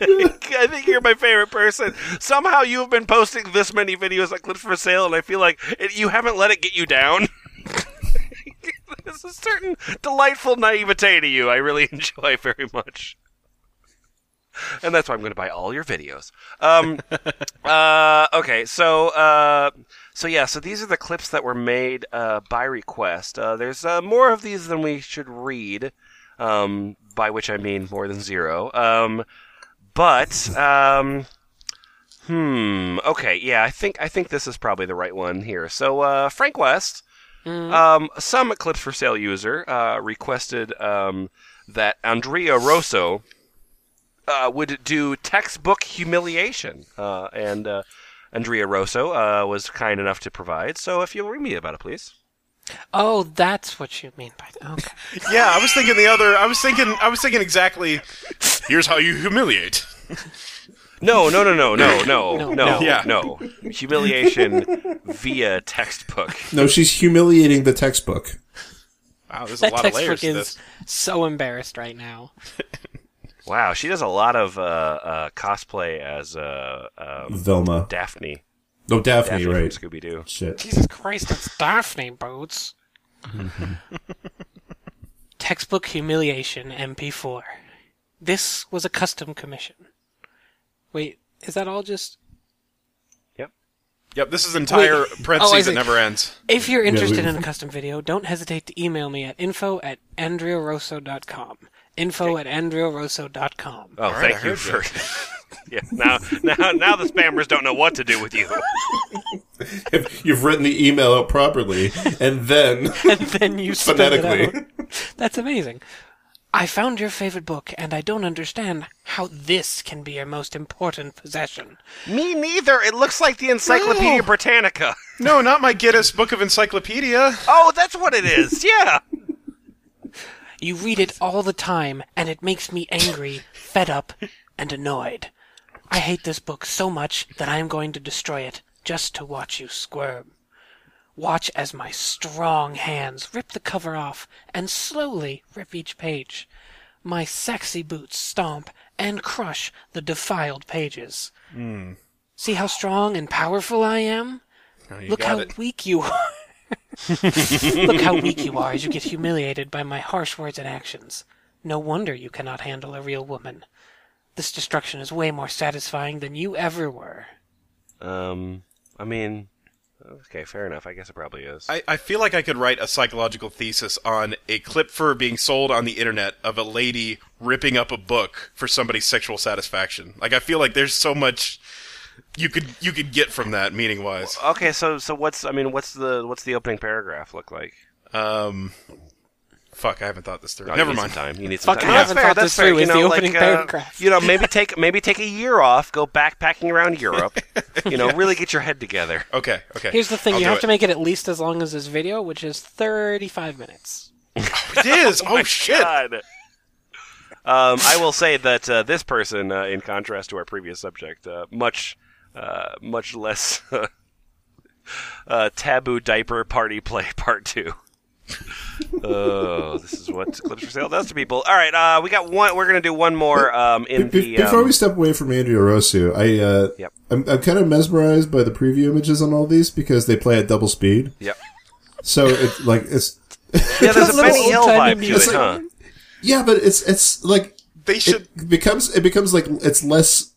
Speaker 1: I think you're my favorite person. Somehow you've been posting this many videos like clips for sale, and I feel like it, you haven't let it get you down. There's a certain delightful naivete to you I really enjoy very much. And that's why I'm going to buy all your videos. Um, uh, okay, so uh, so yeah, so these are the clips that were made uh, by request. Uh, there's uh, more of these than we should read, um, by which I mean more than zero. Um, but um, hmm, okay, yeah, I think I think this is probably the right one here. So uh, Frank West, um, some clips for sale user uh, requested um, that Andrea Rosso uh, would do textbook humiliation, uh, and uh, Andrea Rosso uh, was kind enough to provide. So, if you'll read me about it, please.
Speaker 3: Oh, that's what you mean by that. Okay.
Speaker 4: Yeah, I was thinking the other. I was thinking. I was thinking exactly. Here's how you humiliate.
Speaker 1: No, no, no, no, no, no, no,
Speaker 3: No,
Speaker 1: no,
Speaker 3: no.
Speaker 4: Yeah.
Speaker 1: no. Humiliation via textbook.
Speaker 2: no, she's humiliating the textbook.
Speaker 4: Wow, there's a
Speaker 3: That
Speaker 4: lot of layers
Speaker 3: textbook
Speaker 4: to
Speaker 3: is
Speaker 4: this.
Speaker 3: so embarrassed right now.
Speaker 1: Wow, she does a lot of uh, uh, cosplay as uh, um,
Speaker 2: Velma.
Speaker 1: Daphne.
Speaker 2: No, Daphne,
Speaker 1: Daphne
Speaker 2: Oh, right.
Speaker 1: from Scooby Doo.
Speaker 2: Shit.
Speaker 3: Jesus Christ, that's Daphne Boots. Textbook Humiliation MP4. This was a custom commission. Wait, is that all just.
Speaker 1: Yep.
Speaker 4: Yep, this is entire parentheses that
Speaker 3: Oh, see.
Speaker 4: never ends.
Speaker 3: If you're interested
Speaker 2: we-
Speaker 3: in a custom video, don't hesitate to email me at info at andrearosso.com. Info at andrearosso.com.
Speaker 1: Oh,
Speaker 4: right,
Speaker 1: thank
Speaker 4: I
Speaker 1: you for.
Speaker 4: heard
Speaker 1: yeah, now, now, now the spammers don't know what to do with you.
Speaker 2: If You've written the email out properly, and then
Speaker 3: and then you spell it out.
Speaker 2: phonetically.
Speaker 3: That's amazing. I found your favorite book, and I don't understand how this can be your most important possession.
Speaker 1: Me neither. It looks like the Encyclopedia Britannica.
Speaker 4: No, not my Guinness Book of Encyclopedia.
Speaker 1: Oh, that's what it is. Yeah.
Speaker 3: You read it all the time, and it makes me angry, fed up, and annoyed. I hate this book so much that I am going to destroy it just to watch you squirm. Watch as my strong hands rip the cover off and slowly rip each page. My sexy boots stomp and crush the defiled pages.
Speaker 4: Hmm.
Speaker 3: See how strong and powerful I am?
Speaker 4: No, Oh, you
Speaker 3: Look
Speaker 4: got
Speaker 3: how
Speaker 4: it.
Speaker 3: weak you are. Look how weak you are as you get humiliated by my harsh words and actions. No wonder you cannot handle a real woman. This destruction is way more satisfying than you ever were.
Speaker 1: Um, I mean, okay, fair enough. I guess it probably is.
Speaker 4: I, I feel like I could write a psychological thesis on a clip for being sold on the internet of a lady ripping up a book for somebody's sexual satisfaction. Like I feel like there's so much you could you could get from that meaning wise.
Speaker 1: okay, so so what's I mean, what's the what's the opening paragraph look like?
Speaker 4: Um, fuck, I haven't thought this through.
Speaker 1: Oh, you
Speaker 4: Never
Speaker 1: need
Speaker 4: mind.
Speaker 1: Some time. You need some
Speaker 3: Fuck,
Speaker 1: time.
Speaker 3: I
Speaker 1: No,
Speaker 3: haven't thought this through. It's the opening paragraph.
Speaker 1: uh, You know, maybe take maybe take a year off, go backpacking around Europe. You know, really get your head together.
Speaker 4: Okay, okay.
Speaker 3: Here's the thing
Speaker 4: I'll
Speaker 3: you
Speaker 4: do
Speaker 3: have
Speaker 4: it.
Speaker 3: to make it at least as long as this video, which is 35 minutes.
Speaker 4: It is. oh shit.
Speaker 1: God. Um, I will say that uh, this person, uh, in contrast to our previous subject, uh, much, uh, much less uh, taboo diaper party play part two. oh, this is what clips for sale does to people. All right, uh, we got one. We're gonna do one more um, in
Speaker 2: Be-
Speaker 1: the.
Speaker 2: before
Speaker 1: um,
Speaker 2: we step away from Andrea Rosu, I uh,
Speaker 1: Yep.
Speaker 2: I'm, I'm kind of mesmerized by the preview images on all these because they play at double speed.
Speaker 1: Yep.
Speaker 2: So it's like it's
Speaker 1: Yeah, there's a
Speaker 3: Little
Speaker 1: Benny Hill
Speaker 3: old-timey
Speaker 1: vibe to it,
Speaker 3: music.
Speaker 1: huh?
Speaker 2: yeah, but it's it's like
Speaker 4: They should.
Speaker 2: it becomes it becomes like it's less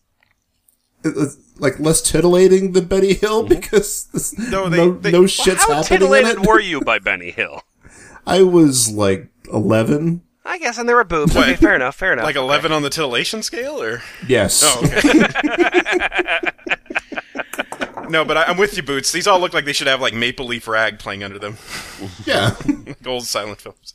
Speaker 2: it- it's, like less titillating than Betty Hill because this,
Speaker 4: No,
Speaker 2: no,
Speaker 4: they-
Speaker 2: no,
Speaker 4: they-
Speaker 2: shit's
Speaker 1: Mm-hmm. How
Speaker 2: happening. In
Speaker 1: titillated
Speaker 2: it.
Speaker 1: were you by Benny Hill?
Speaker 2: I was like eleven.
Speaker 1: I guess, and there were boobs.
Speaker 4: What?
Speaker 1: Okay, fair enough, fair enough.
Speaker 4: Like 11 on the titillation scale, or?
Speaker 2: Yes,
Speaker 4: Oh, okay. no, but I, I'm with you, Boots. These all look like they should have, like, Maple Leaf Rag playing under them.
Speaker 2: yeah.
Speaker 4: Gold silent films.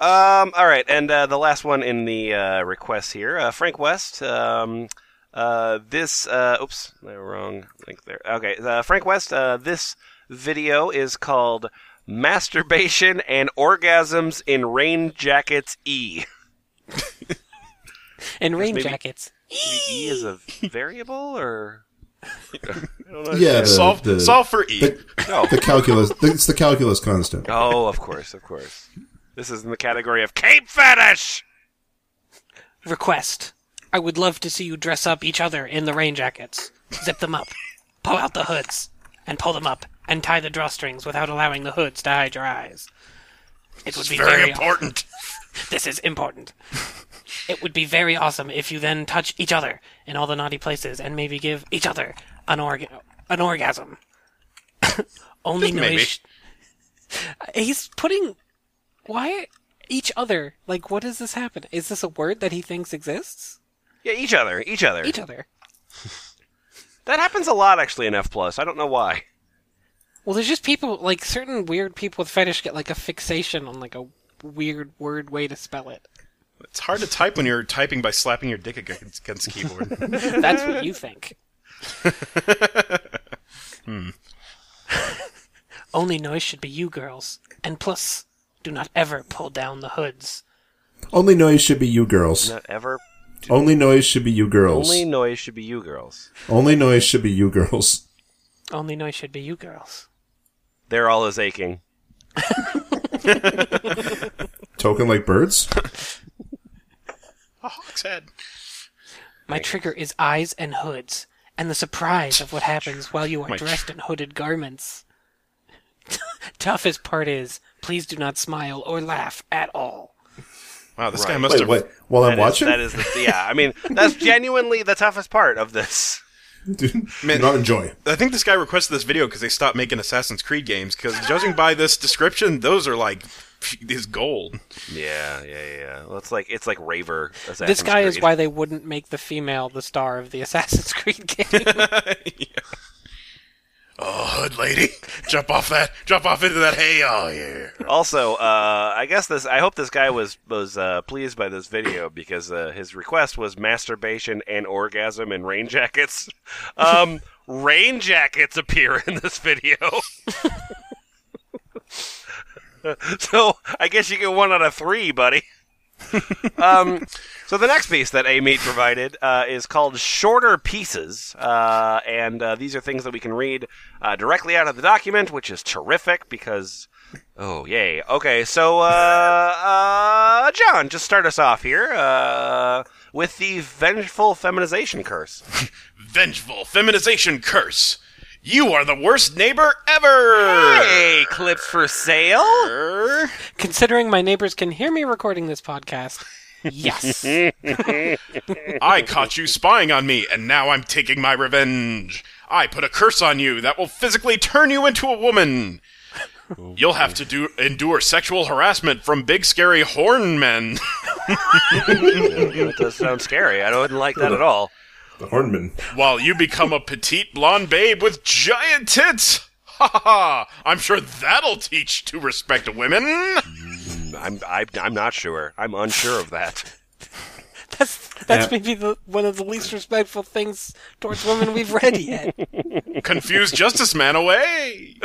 Speaker 1: Um, all right, and uh, the last one in the uh, requests here, uh, Frank West. Um, uh, this, uh, oops, no, wrong link there. Okay, uh, Frank West. Uh, this video is called "Masturbation and Orgasms in Rain Jackets E."
Speaker 3: And rain
Speaker 1: maybe-
Speaker 3: jackets.
Speaker 1: E is a variable, or I don't know.
Speaker 2: yeah. The,
Speaker 4: solve,
Speaker 2: Uh, the,
Speaker 4: solve for E.
Speaker 2: the,
Speaker 1: No.
Speaker 2: the calculus. It's the calculus constant.
Speaker 1: Oh, of course, of course. This is in the category of cape fetish.
Speaker 3: Request. I would love to see you dress up each other in the rain jackets. Zip them up. Pull out the hoods. And pull them up. And tie the drawstrings without allowing the hoods to hide your eyes. It would be
Speaker 4: Very,
Speaker 3: very
Speaker 4: important.
Speaker 3: This is important. it would be very awesome if you then touch each other in all the naughty places and maybe give each other an org- an orgasm. Only
Speaker 4: Just
Speaker 3: noise.
Speaker 4: maybe.
Speaker 3: He's putting why each other? Like, what does this happen? Is this a word that he thinks exists?
Speaker 1: Yeah, each other, each other.
Speaker 3: Each other.
Speaker 1: that happens a lot, actually, in F plus. I don't know why.
Speaker 3: Well, there's just people like certain weird people with fetish get like a fixation on like a weird word way to spell it.
Speaker 4: It's hard to type when you're typing by slapping your dick against, against the keyboard.
Speaker 3: That's what you think.
Speaker 4: Hmm.
Speaker 3: Only noise should be you girls. And plus, do not ever pull down the hoods.
Speaker 2: Only noise should be you girls.
Speaker 1: Not ever.
Speaker 2: Only noise should be you girls.
Speaker 1: Only
Speaker 2: Only,
Speaker 1: noise should be you girls.
Speaker 2: noise should be you girls.
Speaker 3: Only noise should be you girls.
Speaker 1: They're all is aching.
Speaker 2: Token like birds.
Speaker 4: A hawk's head.
Speaker 3: My trigger is eyes and hoods, and the surprise of what happens while you are
Speaker 4: My tr-
Speaker 3: dressed in hooded garments. Toughest part is, please do not smile or laugh at all.
Speaker 4: Wow, this guy
Speaker 1: Right.
Speaker 4: must
Speaker 2: Wait,
Speaker 4: have.
Speaker 2: what? While I'm
Speaker 1: That is-
Speaker 2: watching,
Speaker 1: that is the yeah. I mean, that's genuinely the toughest part of this.
Speaker 2: Dude, do not enjoy.
Speaker 4: I think this guy requested this video because they stopped making Assassin's Creed games. Because judging by this description, those are like is gold.
Speaker 1: Yeah, yeah, yeah. Well, it's like it's like raver.
Speaker 3: This
Speaker 1: Assassin's
Speaker 3: guy is
Speaker 1: Creed.
Speaker 3: why they wouldn't make the female the star of the Assassin's Creed game.
Speaker 4: Oh, hood lady, jump off that, jump off into that hay. Oh yeah.
Speaker 1: Also, uh, I guess this. I hope this guy was was uh, pleased by this video because uh, his request was masturbation and orgasm in rain jackets. Um, rain jackets appear in this video. so I guess you get one out of three, buddy. um, so the next piece that Amy provided uh, is called "Shorter Pieces," uh, and uh, these are things that we can read uh, directly out of the document, which is terrific because, oh yay! Okay, so uh, uh, John, just start us off here uh, with the vengeful feminization curse.
Speaker 4: Vengeful feminization curse. You are the worst neighbor ever.
Speaker 1: Hey, clips for sale.
Speaker 3: Considering my neighbors can hear me recording this podcast, yes.
Speaker 4: I caught you spying on me, and now I'm taking my revenge. I put a curse on you that will physically turn you into a woman. You'll have to do endure sexual harassment from big scary horn men.
Speaker 1: that does sound scary. I don't like that at all.
Speaker 2: The hornman.
Speaker 4: while you become a petite blonde babe with giant tits. Ha ha ha! I'm sure that'll teach to respect women.
Speaker 1: I'm I, I'm not sure. I'm unsure of that.
Speaker 3: That's that's
Speaker 2: Yeah.
Speaker 3: maybe the, one of the least respectful things towards women we've read yet.
Speaker 4: Confuse Justice Man away.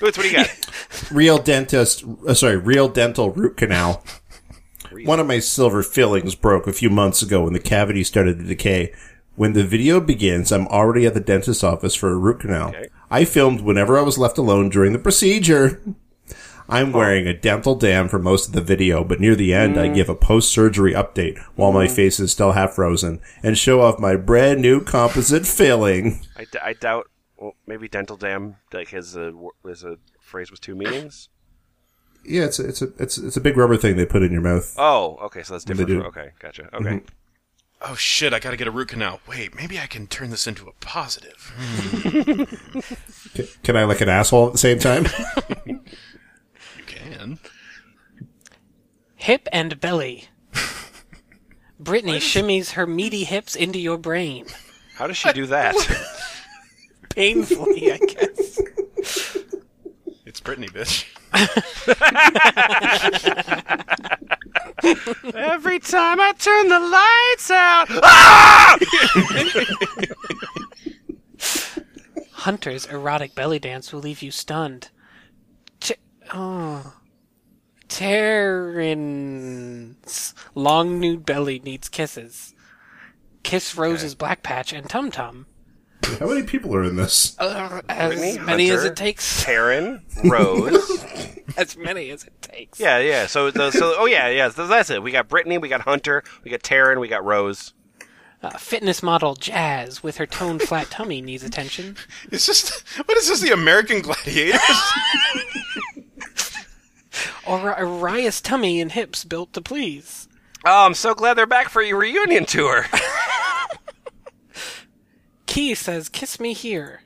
Speaker 1: Boots, what do you got?
Speaker 2: Real dentist. Uh, sorry, real dental root canal. One of my silver fillings broke a few months ago when the cavity started to decay. When the video begins, I'm already at the dentist's office for a root canal. I filmed whenever I was left alone during the procedure. I'm wearing a dental dam for most of the video, but near the end, I give a post surgery update while my face is still half frozen and show off my brand new composite filling.
Speaker 1: I, d- I doubt. Well, maybe dental dam like has a wo- is a phrase with two meanings.
Speaker 2: Yeah, it's a, it's a it's it's a big rubber thing they put in your mouth.
Speaker 1: Oh, okay, so that's
Speaker 2: They
Speaker 1: different. From,
Speaker 2: do.
Speaker 1: okay, gotcha. Okay.
Speaker 4: Oh shit, I gotta get a root canal. Wait, maybe I can turn this into a positive.
Speaker 2: C- Can I like an asshole at the same time?
Speaker 4: You can.
Speaker 3: Hip and belly. Brittany shimmies her meaty hips into your brain.
Speaker 1: How does she do that?
Speaker 3: Painfully, I guess.
Speaker 4: It's Brittany, bitch.
Speaker 1: Every time I turn the lights out.
Speaker 3: Hunter's erotic belly dance will leave you stunned. Ch- oh. Terrence. Long nude belly needs kisses. Kiss Rose's black patch and tum tum.
Speaker 2: How many people are in this?
Speaker 1: Oh.
Speaker 3: Uh, as
Speaker 1: Brittany,
Speaker 3: many as
Speaker 1: Hunter.
Speaker 3: it takes.
Speaker 1: Taryn, Rose.
Speaker 3: As many as it takes.
Speaker 1: yeah, yeah. So, so, so oh yeah, yeah. So that's it. We got Brittany, we got Hunter, we got Taryn, we got Rose.
Speaker 3: Uh, fitness model Jazz with her toned flat tummy needs attention.
Speaker 4: Is this what is this? The American Gladiators?
Speaker 3: Or a Arias tummy and hips built to please.
Speaker 1: Oh, I'm so glad they're back for your reunion tour.
Speaker 3: Key says, Kiss me here.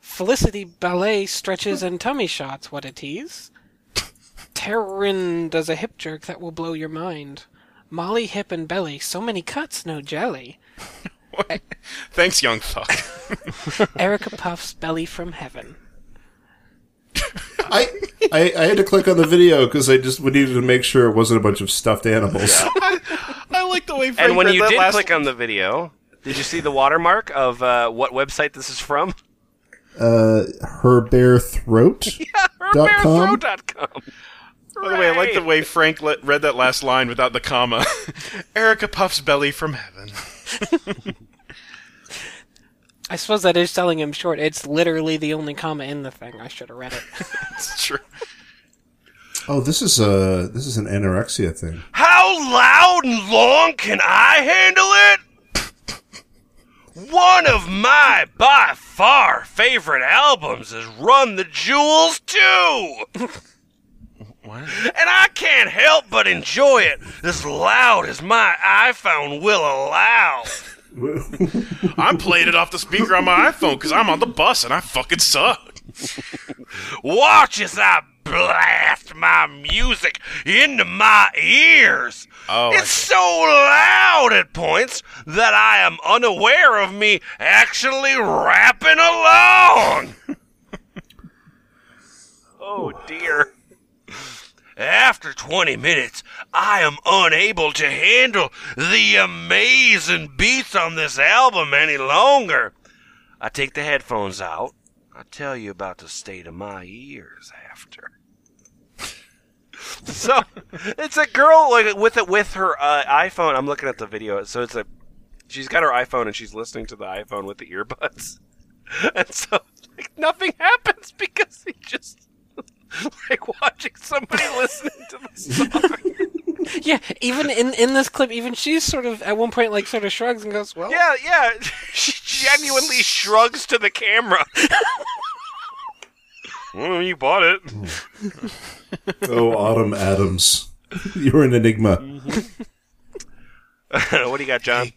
Speaker 3: Felicity ballet stretches and tummy shots, what a tease. Taryn does a hip jerk that will blow your mind. Molly hip and belly, so many cuts, no jelly.
Speaker 4: Thanks, young fuck.
Speaker 3: Erica puffs belly from heaven.
Speaker 2: I, I I had to click on the video because I just we needed to make sure it wasn't a bunch of stuffed animals.
Speaker 4: I like the way. Frank
Speaker 1: and when
Speaker 4: read
Speaker 1: you
Speaker 4: that
Speaker 1: did
Speaker 4: last-
Speaker 1: click on the video, did you see the watermark of uh, what website this is from?
Speaker 2: Her bare throat. Dot com?
Speaker 1: Bearthrow.com.
Speaker 4: by the way, I like the way Frank le- read that last line without the comma. Erica puffs belly from heaven.
Speaker 3: I suppose that is selling him short. It's literally the only comma in the thing. I should have read it.
Speaker 4: It's true.
Speaker 2: Oh, this is a this is an anorexia thing.
Speaker 1: How loud and long can I handle it? One of my by far favorite albums is Run the Jewels 2. And I can't help but enjoy it as loud as my iPhone will allow.
Speaker 4: I played it off the speaker on my iPhone because I'm on the bus and I fucking suck.
Speaker 1: Watch as I blast my music into my ears.
Speaker 4: Oh, I
Speaker 1: it's so loud at points that I am unaware of me actually rapping along. oh dear. After 20 minutes, I am unable to handle the amazing beats on this album any longer. I take the headphones out. I tell you about the state of my ears after. so it's a girl like with it with her uh, iPhone. I'm looking at the video, so it's a she's got her iPhone and she's listening to the iPhone with the earbuds, and so like nothing happens because he just like watching somebody listening to this song.
Speaker 3: yeah, even in, in this clip, even she's sort of, at one point, like, sort of shrugs and goes, Well,
Speaker 1: Yeah, yeah. She genuinely shrugs to the camera. well, you bought it.
Speaker 2: Oh, Autumn Adams, you're an enigma.
Speaker 1: Mm-hmm. what do you got, John?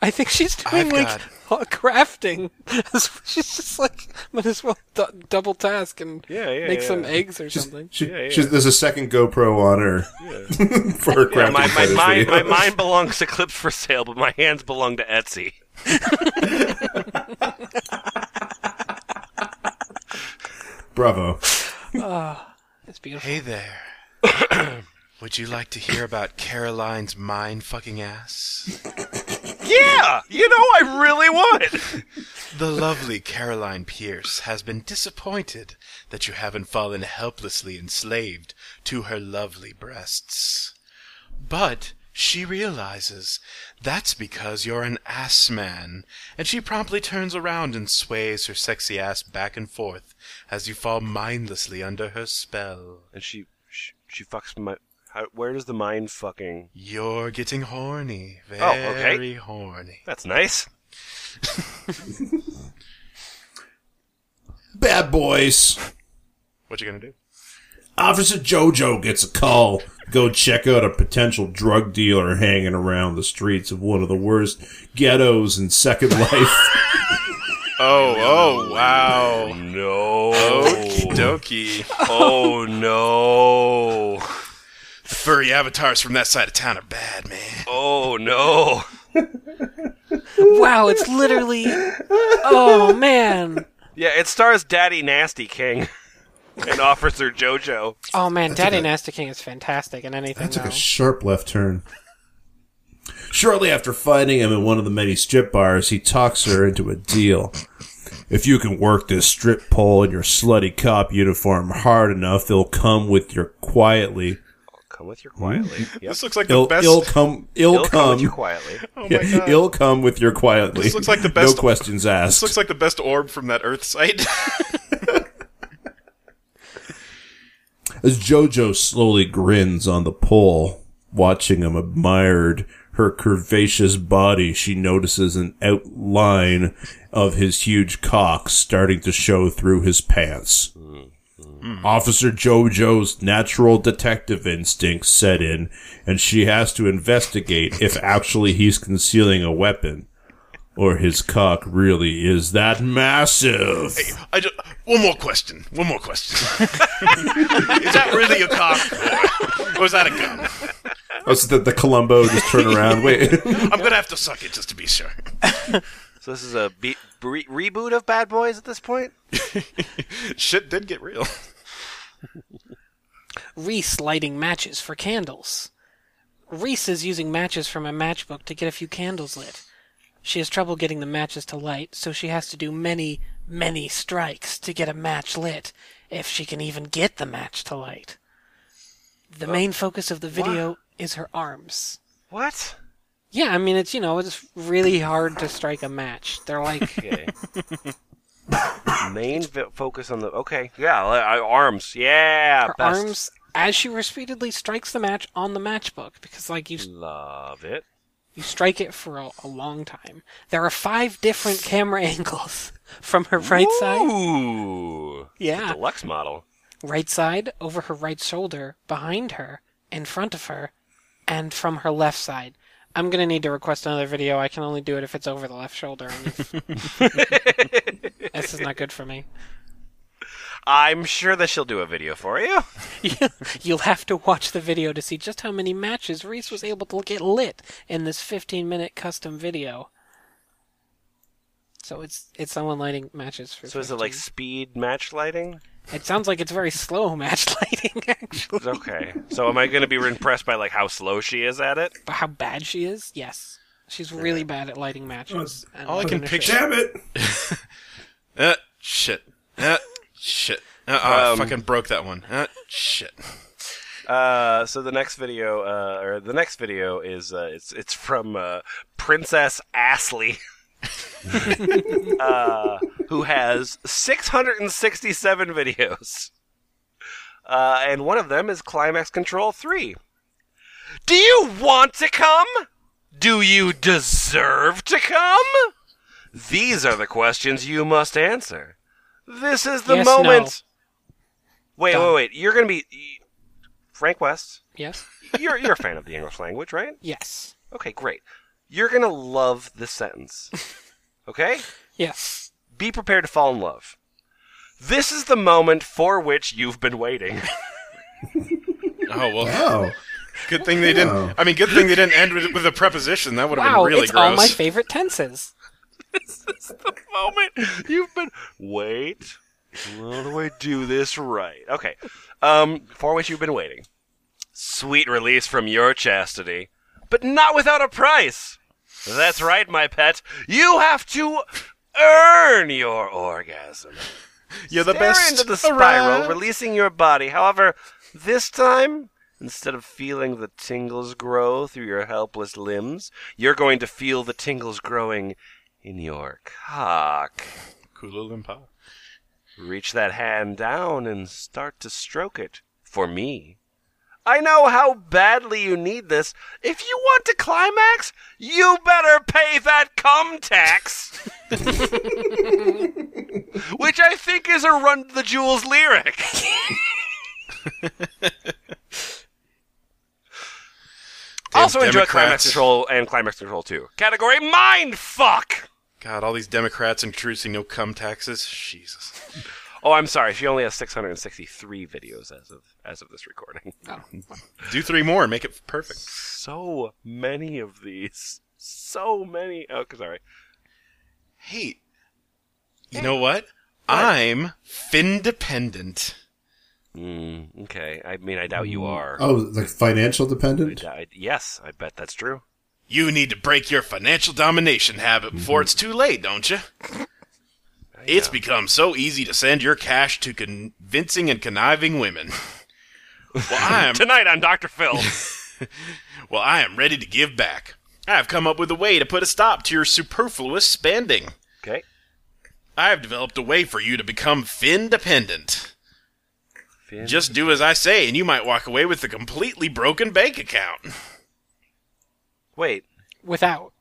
Speaker 3: I think she's doing
Speaker 4: I've
Speaker 3: like crafting. she's just like might as well d- double task and
Speaker 1: Yeah, yeah,
Speaker 3: make
Speaker 1: yeah.
Speaker 3: some eggs or something.
Speaker 2: She,
Speaker 1: Yeah, yeah.
Speaker 2: She's, there's a second GoPro on her for her crafting
Speaker 1: Yeah, my, my,
Speaker 2: fetish
Speaker 1: mind,
Speaker 2: video.
Speaker 1: my mind belongs to clips for sale, but my hands belong to Etsy.
Speaker 2: Bravo.
Speaker 3: It's beautiful.
Speaker 4: Hey there. Would you like to hear about Caroline's mind fucking ass?
Speaker 1: Yeah, you know I really would.
Speaker 4: The lovely Caroline Pierce has been disappointed that you haven't fallen helplessly enslaved to her lovely breasts. But she realizes that's because you're an ass man, and she promptly turns around and sways her sexy ass back and forth as you fall mindlessly under her spell.
Speaker 1: And she, she, she fucks my. How, where does the mind fucking?
Speaker 4: You're getting horny. Very
Speaker 1: Oh, okay.
Speaker 4: horny.
Speaker 1: That's nice.
Speaker 2: Bad boys.
Speaker 4: What you gonna do?
Speaker 2: Officer Jojo gets a call. Go check out a potential drug dealer hanging around the streets of one of the worst ghettos in Second Life.
Speaker 4: Oh, oh, wow.
Speaker 1: No.
Speaker 4: Okie dokie.
Speaker 1: oh no.
Speaker 4: The furry avatars from that side of town are bad, man.
Speaker 1: Oh no.
Speaker 3: Wow, it's literally. Oh man.
Speaker 1: Yeah, it stars Daddy Nasty King and Officer JoJo.
Speaker 3: Oh man, Daddy Nasty King is fantastic in anything.
Speaker 2: That took
Speaker 3: Though.
Speaker 2: a sharp left turn. Shortly after finding him in one of the many strip bars, he talks her into a deal. If you can work this strip pole in your slutty cop uniform hard enough, they'll come with your quietly.
Speaker 1: Come with your quietly. Yep.
Speaker 4: This looks like
Speaker 2: Ill,
Speaker 4: the best.
Speaker 2: ill come, ill,
Speaker 1: He'll come with
Speaker 2: come,
Speaker 1: you quietly.
Speaker 2: yeah, ill come with your quietly.
Speaker 4: Oh This looks like the best-
Speaker 2: No questions asked.
Speaker 4: This looks like the best orb from that Earth site.
Speaker 2: As Jojo slowly grins on the pole, watching him admired her curvaceous body, she notices an outline of his huge cock starting to show through his pants. Officer Jojo's natural detective instincts set in, and she has to investigate if actually he's concealing a weapon. Or his cock really is that massive.
Speaker 4: I just, one more question. One more question. Is that really a cock? Or is that a gun?
Speaker 2: Oh, so the, the Columbo just turn around. Wait.
Speaker 4: I'm gonna have to suck it just to be sure.
Speaker 1: So this is a be- re- reboot of Bad Boys at this point.
Speaker 4: Shit did get real.
Speaker 3: Reese lighting matches for candles. Reese is using matches from a matchbook to get a few candles lit. She has trouble getting the matches to light, so she has to do many, many strikes to get a match lit, if she can even get the match to light. The main focus of the video is her arms.
Speaker 1: What?
Speaker 3: Yeah, I mean, it's, you know, it's really hard to strike a match. They're like,
Speaker 1: Okay. Main vi- focus on the okay. Yeah, li- I- arms. Yeah,
Speaker 3: her
Speaker 1: best.
Speaker 3: arms as she repeatedly strikes the match on the matchbook, because, like, you
Speaker 1: Love it.
Speaker 3: You strike it for a, a long time. There are five different camera angles from her right side,
Speaker 1: Ooh.
Speaker 3: Yeah.
Speaker 1: The deluxe model.
Speaker 3: right side, over her right shoulder, behind her, in front of her, and from her left side. I'm gonna need to request another video. I can only do it if it's over the left shoulder. And if- this is not good for me.
Speaker 1: I'm sure that she'll do a video for you.
Speaker 3: You'll have to watch the video to see just how many matches Reese was able to get lit in this 15-minute custom video. So it's it's someone lighting matches for.
Speaker 1: So is it like
Speaker 3: 15
Speaker 1: speed match lighting?
Speaker 3: It sounds like it's very slow match lighting, actually.
Speaker 1: Okay. So am I going to be impressed by like how slow she is at it?
Speaker 3: But how bad she is? Yes. She's really bad at lighting matches. And
Speaker 4: all I can
Speaker 3: finish
Speaker 4: picture-
Speaker 3: it.
Speaker 2: Damn it!
Speaker 4: Uh, shit. Uh, shit. Uh, oh, I
Speaker 1: Um,
Speaker 4: fucking broke that one. Uh, shit.
Speaker 1: Uh, so the next video, uh, or the next video is uh, it's it's from uh, Princess Astley, uh, who has 667 videos, uh, and one of them is Climax Control Three. Do you want to come? Do you deserve to come? These are the questions you must answer. This is the
Speaker 3: Yes, no.
Speaker 1: moment. Wait,
Speaker 3: Done.
Speaker 1: wait, wait. You're going to be. Frank West,
Speaker 3: Yes?
Speaker 1: you're you're a fan of the English language, right?
Speaker 3: Yes.
Speaker 1: Okay, great. You're gonna love this sentence. Okay?
Speaker 3: Yes.
Speaker 1: Be prepared to fall in love. This is the moment for which you've been waiting.
Speaker 4: Oh well.
Speaker 2: Oh.
Speaker 4: Good thing they didn't. I mean, good thing they didn't end with, with a preposition. That would have
Speaker 3: Wow,
Speaker 4: been really
Speaker 3: it's
Speaker 4: gross.
Speaker 3: all my favorite tenses.
Speaker 1: moment you've been wait. How do I do this right? Okay. Um, for which you've been waiting. Sweet release from your chastity, but not without a price. That's right, my pet. You have to earn your orgasm.
Speaker 4: You're the
Speaker 1: Tear
Speaker 4: best.
Speaker 1: into the spiral,
Speaker 4: around.
Speaker 1: releasing your body. However, this time, instead of feeling the tingles grow through your helpless limbs, you're going to feel the tingles growing in your cock.
Speaker 4: Kula Lumpur.
Speaker 1: Reach that hand down and start to stroke it for me. I know how badly you need this. If you want to climax, you better pay that cum tax. Which I think is a run to the jewels lyric. also enjoy Climax
Speaker 4: Democrats.
Speaker 1: Control and Climax Control 2. Category Mind Fuck!
Speaker 4: God, all these Democrats introducing no cum taxes. Jesus.
Speaker 1: Oh, I'm sorry. She only has 663 videos as of as of this recording.
Speaker 4: Do three more, make it perfect.
Speaker 1: So many of these. So many. Oh, sorry.
Speaker 4: Hey, you know what? I'm fin dependent.
Speaker 1: Mm, okay. I mean, I doubt you are.
Speaker 2: Oh, like financial
Speaker 1: I
Speaker 2: dependent?
Speaker 1: doubt- I- yes, I bet that's true.
Speaker 4: You need to break your financial domination habit before it's too late, don't you? It's become so easy to send your cash to convincing and conniving women. Well, I'm
Speaker 1: Tonight on Dr. Phil.
Speaker 4: well, I am ready to give back. I have come up with a way to put a stop to your superfluous spending.
Speaker 1: okay.
Speaker 4: I have developed a way for you to become fin dependent.
Speaker 1: Fin-
Speaker 4: Just do as I say, and you might walk away with a completely broken bank account.
Speaker 1: Wait.
Speaker 3: Without.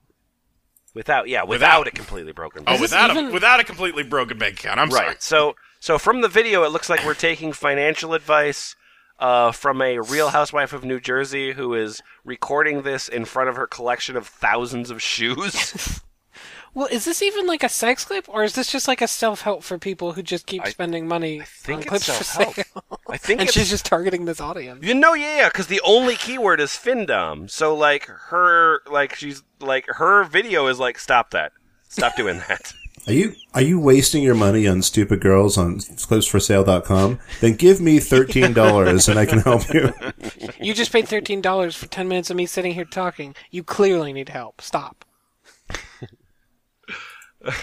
Speaker 1: Without, yeah, without, a completely broken
Speaker 4: Oh,
Speaker 1: brain.
Speaker 3: this
Speaker 4: without a
Speaker 3: even-
Speaker 4: without a completely broken bank account. I'm sorry.
Speaker 1: Right. So, so from the video, it looks like we're taking financial advice uh, from a real housewife of New Jersey who is recording this in front of her collection of thousands of shoes.
Speaker 3: Well, is this even like a sex clip, or is this just like a self help for people who just keep spending money
Speaker 1: think
Speaker 3: on
Speaker 1: it's
Speaker 3: clips for
Speaker 1: self-help.
Speaker 3: sale?
Speaker 1: I think
Speaker 3: and
Speaker 1: it's-
Speaker 3: she's just targeting this audience.
Speaker 1: you know, yeah, yeah, because the only keyword is findom. So, like her, like she's like her video is like, stop that, stop doing that.
Speaker 2: Are you are you wasting your money on stupid girls on clipsforsale.com? Then give me thirteen dollars and I can help you.
Speaker 3: You just paid thirteen dollars for ten minutes of me sitting here talking. You clearly need help. Stop.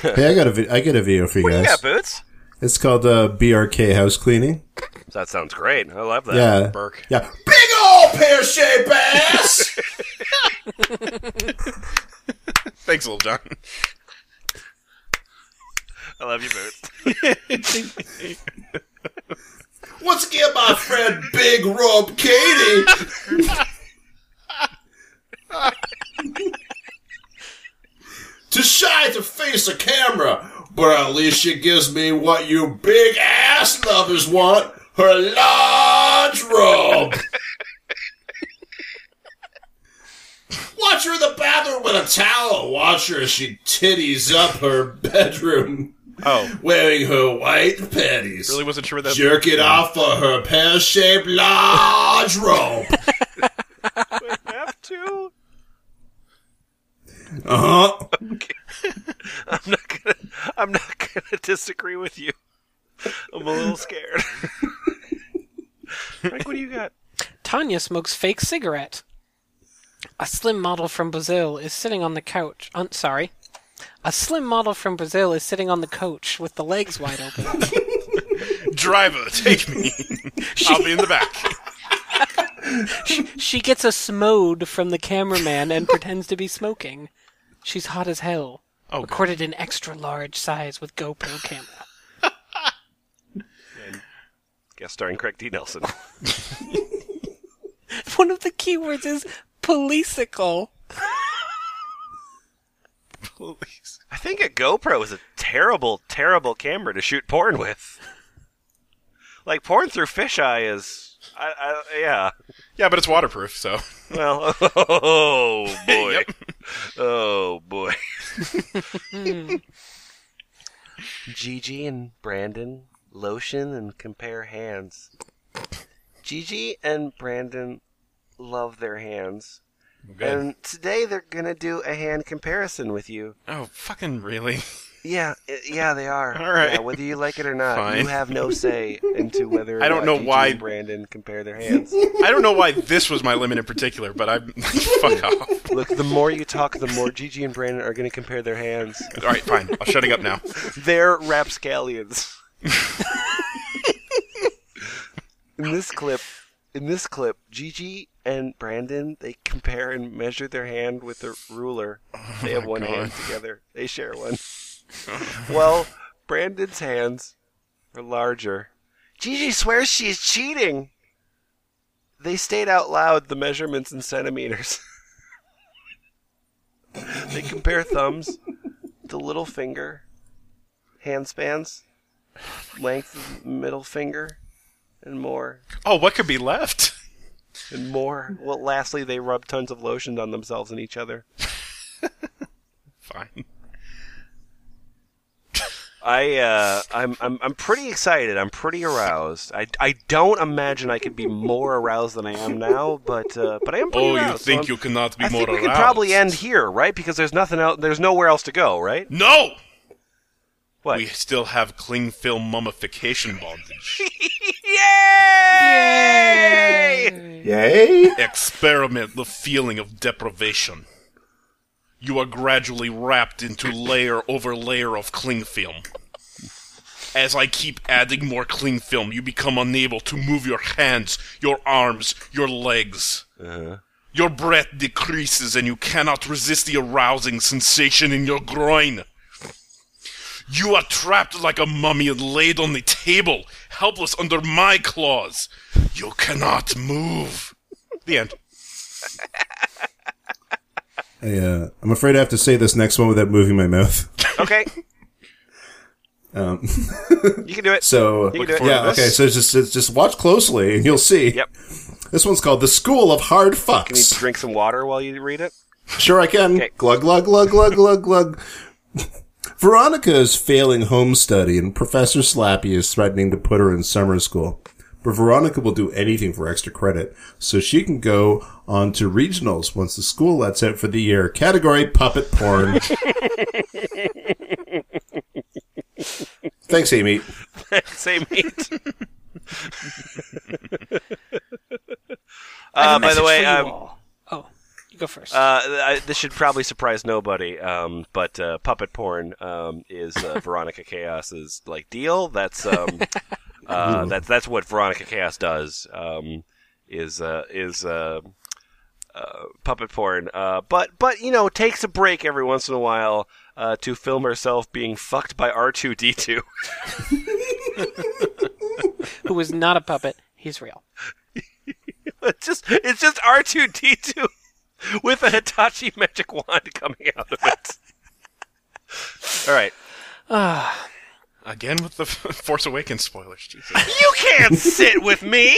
Speaker 2: Hey, I got a vi- I get a video for you
Speaker 1: What do you
Speaker 2: guys.
Speaker 1: got, Boots?
Speaker 2: It's called uh, BRK house cleaning.
Speaker 1: That sounds great. I love that.
Speaker 2: yeah,
Speaker 4: Burke.
Speaker 2: yeah.
Speaker 5: Big ol' pear shaped ass!
Speaker 4: Thanks, little John.
Speaker 1: I love you, Boots.
Speaker 5: Once again, my friend Big Rob Katie. Too shy to face the camera, but at least she gives me what you big ass lovers want her large robe. Watch her in the bathroom with a towel. Watch her as she titties up her bedroom
Speaker 4: Oh,
Speaker 5: wearing her white panties
Speaker 4: really wasn't sure what that.
Speaker 5: jerk it off for her pear-shaped large robe.
Speaker 1: I have to.
Speaker 5: Uh huh.
Speaker 1: I'm not gonna. I'm not gonna disagree with you. I'm a little scared. Frank, what do you got?
Speaker 3: Tanya smokes fake cigarette. A slim model from Brazil is sitting on the couch. Un- sorry. A slim model from Brazil is sitting on the couch with the legs wide open.
Speaker 4: Driver, take me. I'll be in the back.
Speaker 3: she gets a smode from the cameraman and pretends to be smoking. She's hot as hell.
Speaker 4: Oh, God.
Speaker 3: recorded in extra large size with GoPro camera.
Speaker 1: Guest starring Craig D. Nelson.
Speaker 3: One of the keywords is policical.
Speaker 4: Please.
Speaker 1: I think a GoPro is a terrible, terrible camera to shoot porn with. Like porn through fisheye is. I, I, yeah.
Speaker 4: Yeah, but it's waterproof, so
Speaker 1: Well. Oh boy.
Speaker 4: Yep.
Speaker 1: Oh boy. Gigi and Brandon lotion and compare hands. Gigi and Brandon love their hands. And today they're going to do a hand comparison with you.
Speaker 4: Oh, fucking really?
Speaker 1: Yeah, i- yeah, they are.
Speaker 4: All right.
Speaker 1: Yeah, whether you like it or not,
Speaker 4: Fine.
Speaker 1: you have no say into whether or
Speaker 4: I don't
Speaker 1: not
Speaker 4: know
Speaker 1: Gigi
Speaker 4: why-
Speaker 1: and Brandon compare their hands.
Speaker 4: I don't know why this was my limit in particular, but I'm fuck off.
Speaker 1: Look, the more you talk, the more Gigi and Brandon are going to compare their hands.
Speaker 4: All right, fine. I'm shutting up now.
Speaker 1: They're rapscallions. in this clip, in this clip, Gigi and Brandon they compare and measure their hand with a ruler. They have one hand together. They share one. well, Brandon's hands are larger. Gigi swears she is cheating. They state out loud the measurements in centimeters. they compare thumbs, the little finger, hand spans, length of middle finger, and more
Speaker 4: Oh, what could be left?
Speaker 1: and more. Well, lastly, they rub tons of lotion on themselves and each other.
Speaker 4: Fine.
Speaker 1: I uh, I'm I'm I'm pretty excited. I'm pretty aroused. I, I don't imagine I could be more aroused than I am now, but uh, but I am pretty
Speaker 4: Oh, you
Speaker 1: aroused, so
Speaker 4: think
Speaker 1: I'm-
Speaker 4: you cannot be
Speaker 1: I
Speaker 4: more
Speaker 1: think we
Speaker 4: aroused?
Speaker 1: could probably end here, right? Because there's nothing else. There's nowhere else to go, right?
Speaker 4: No!
Speaker 1: What?
Speaker 4: We still have cling film mummification bondage.
Speaker 2: Yay!
Speaker 4: Experiment the feeling of deprivation. You are gradually wrapped into layer over layer of cling film. As I keep adding more cling film, you become unable to move your hands, your arms, your legs. Your breath decreases and you cannot resist the arousing sensation in your groin. You are trapped like a mummy and laid on the table, helpless under my claws. You cannot move. The end.
Speaker 2: I, uh, I'm afraid I have to say this next one without moving my mouth.
Speaker 1: Okay,
Speaker 2: Um,
Speaker 1: you can do it.
Speaker 2: so
Speaker 1: You can do it.
Speaker 2: yeah, okay. So just just just watch closely, and you'll see.
Speaker 1: Yep.
Speaker 2: This one's called "The School of Hard
Speaker 1: Can you
Speaker 2: Fucks."
Speaker 1: drink some water while you read it?
Speaker 2: Sure, I can.
Speaker 1: Okay.
Speaker 2: Glug, glug, glug, glug, glug, glug. Veronica's failing home study, and Professor Slappy is threatening to put her in summer school. But Veronica will do anything for extra credit, so she can go on to regionals once the school lets out for the year. Category puppet porn. Thanks, Amy.
Speaker 1: Same meat.
Speaker 3: I have
Speaker 1: uh,
Speaker 3: a
Speaker 1: by the
Speaker 3: message
Speaker 1: way,
Speaker 3: for you
Speaker 1: um,
Speaker 3: all. oh, you go first.
Speaker 1: Uh, I, this should probably surprise nobody, um, but uh, puppet porn um, is uh, Veronica Chaos's like deal. That's um, uh, that's that's what Veronica Chaos does. Um, is uh, is uh, uh, puppet porn, uh, but but you know takes a break every once in a while uh, to film herself being fucked by R two D two.
Speaker 3: Who is not a puppet? He's real.
Speaker 1: It's just it's just R two D two with a Hitachi magic wand coming out of it. All right.
Speaker 4: Again with the Force Awakens spoilers. Jesus.
Speaker 1: You can't sit with me.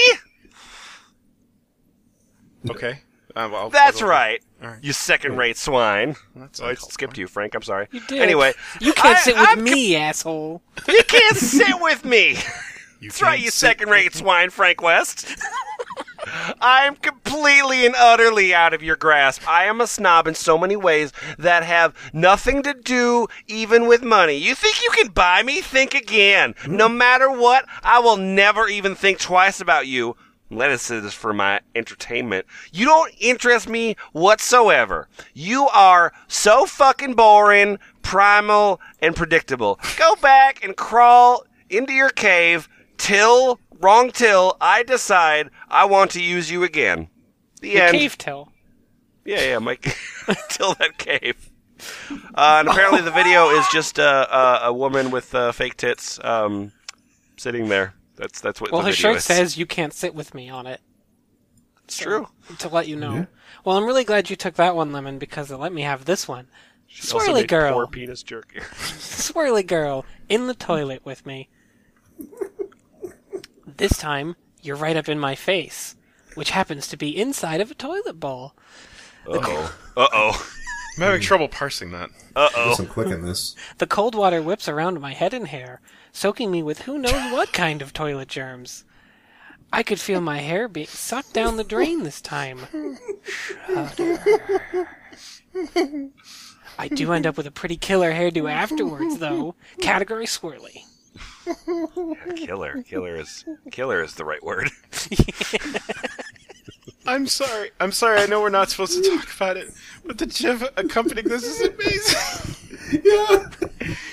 Speaker 4: Okay. Um, I'll-
Speaker 1: That's
Speaker 4: I'll-
Speaker 1: right.
Speaker 4: Alright.
Speaker 1: You second-rate swine. Oh,
Speaker 4: That's
Speaker 1: I
Speaker 4: unhelpful.
Speaker 1: skipped you, Frank. I'm sorry.
Speaker 3: You did.
Speaker 1: Anyway,
Speaker 3: you can't
Speaker 1: I-
Speaker 3: sit with
Speaker 1: I'm
Speaker 3: me, asshole.
Speaker 1: com- you can't sit with me.
Speaker 4: You
Speaker 1: That's right,
Speaker 4: can't
Speaker 1: you
Speaker 4: sit-
Speaker 1: second-rate swine, Frank West. I'm completely and utterly out of your grasp. I am a snob in so many ways that have nothing to do even with money. You think you can buy me? Think again. No
Speaker 4: Hmm?
Speaker 1: matter what, I will never even think twice about you. Lettuce is for my entertainment. You don't interest me whatsoever. You are so fucking boring, primal, and predictable. Go back and crawl into your cave till, wrong till, I decide I want to use you again. The
Speaker 3: Your
Speaker 1: end.
Speaker 3: cave tail.
Speaker 1: Yeah, yeah, Mike. Till that cave. Uh, and apparently the video is just uh, uh, a woman with uh, fake tits um, sitting there. That's that's what
Speaker 3: Well,
Speaker 1: the
Speaker 3: his
Speaker 1: video
Speaker 3: shirt
Speaker 1: is.
Speaker 3: says you can't sit with me on it.
Speaker 1: it's true.
Speaker 3: To let you know. Well, I'm really glad you took that one, Lemon, because it let me have this one.
Speaker 1: Also
Speaker 3: Swirly
Speaker 1: made
Speaker 3: girl.
Speaker 1: Poor penis jerk.
Speaker 3: swirly girl in the toilet with me. This time, you're right up in my face, which happens to be inside of a toilet bowl.
Speaker 1: Uh oh.
Speaker 4: I'm having trouble parsing that.
Speaker 2: Guess I'm clicking this.
Speaker 3: The cold water whips around my head and hair, soaking me with who knows what kind of toilet germs. I could feel my hair being sucked down the drain this time. Shudder. I do end up with a pretty killer hairdo afterwards, though. Category swirly.
Speaker 1: Killer. Killer is killer is the right word.
Speaker 4: I'm sorry. I'm sorry. I know we're not supposed to talk about it, but the GIF accompanying this is amazing.
Speaker 2: Yeah.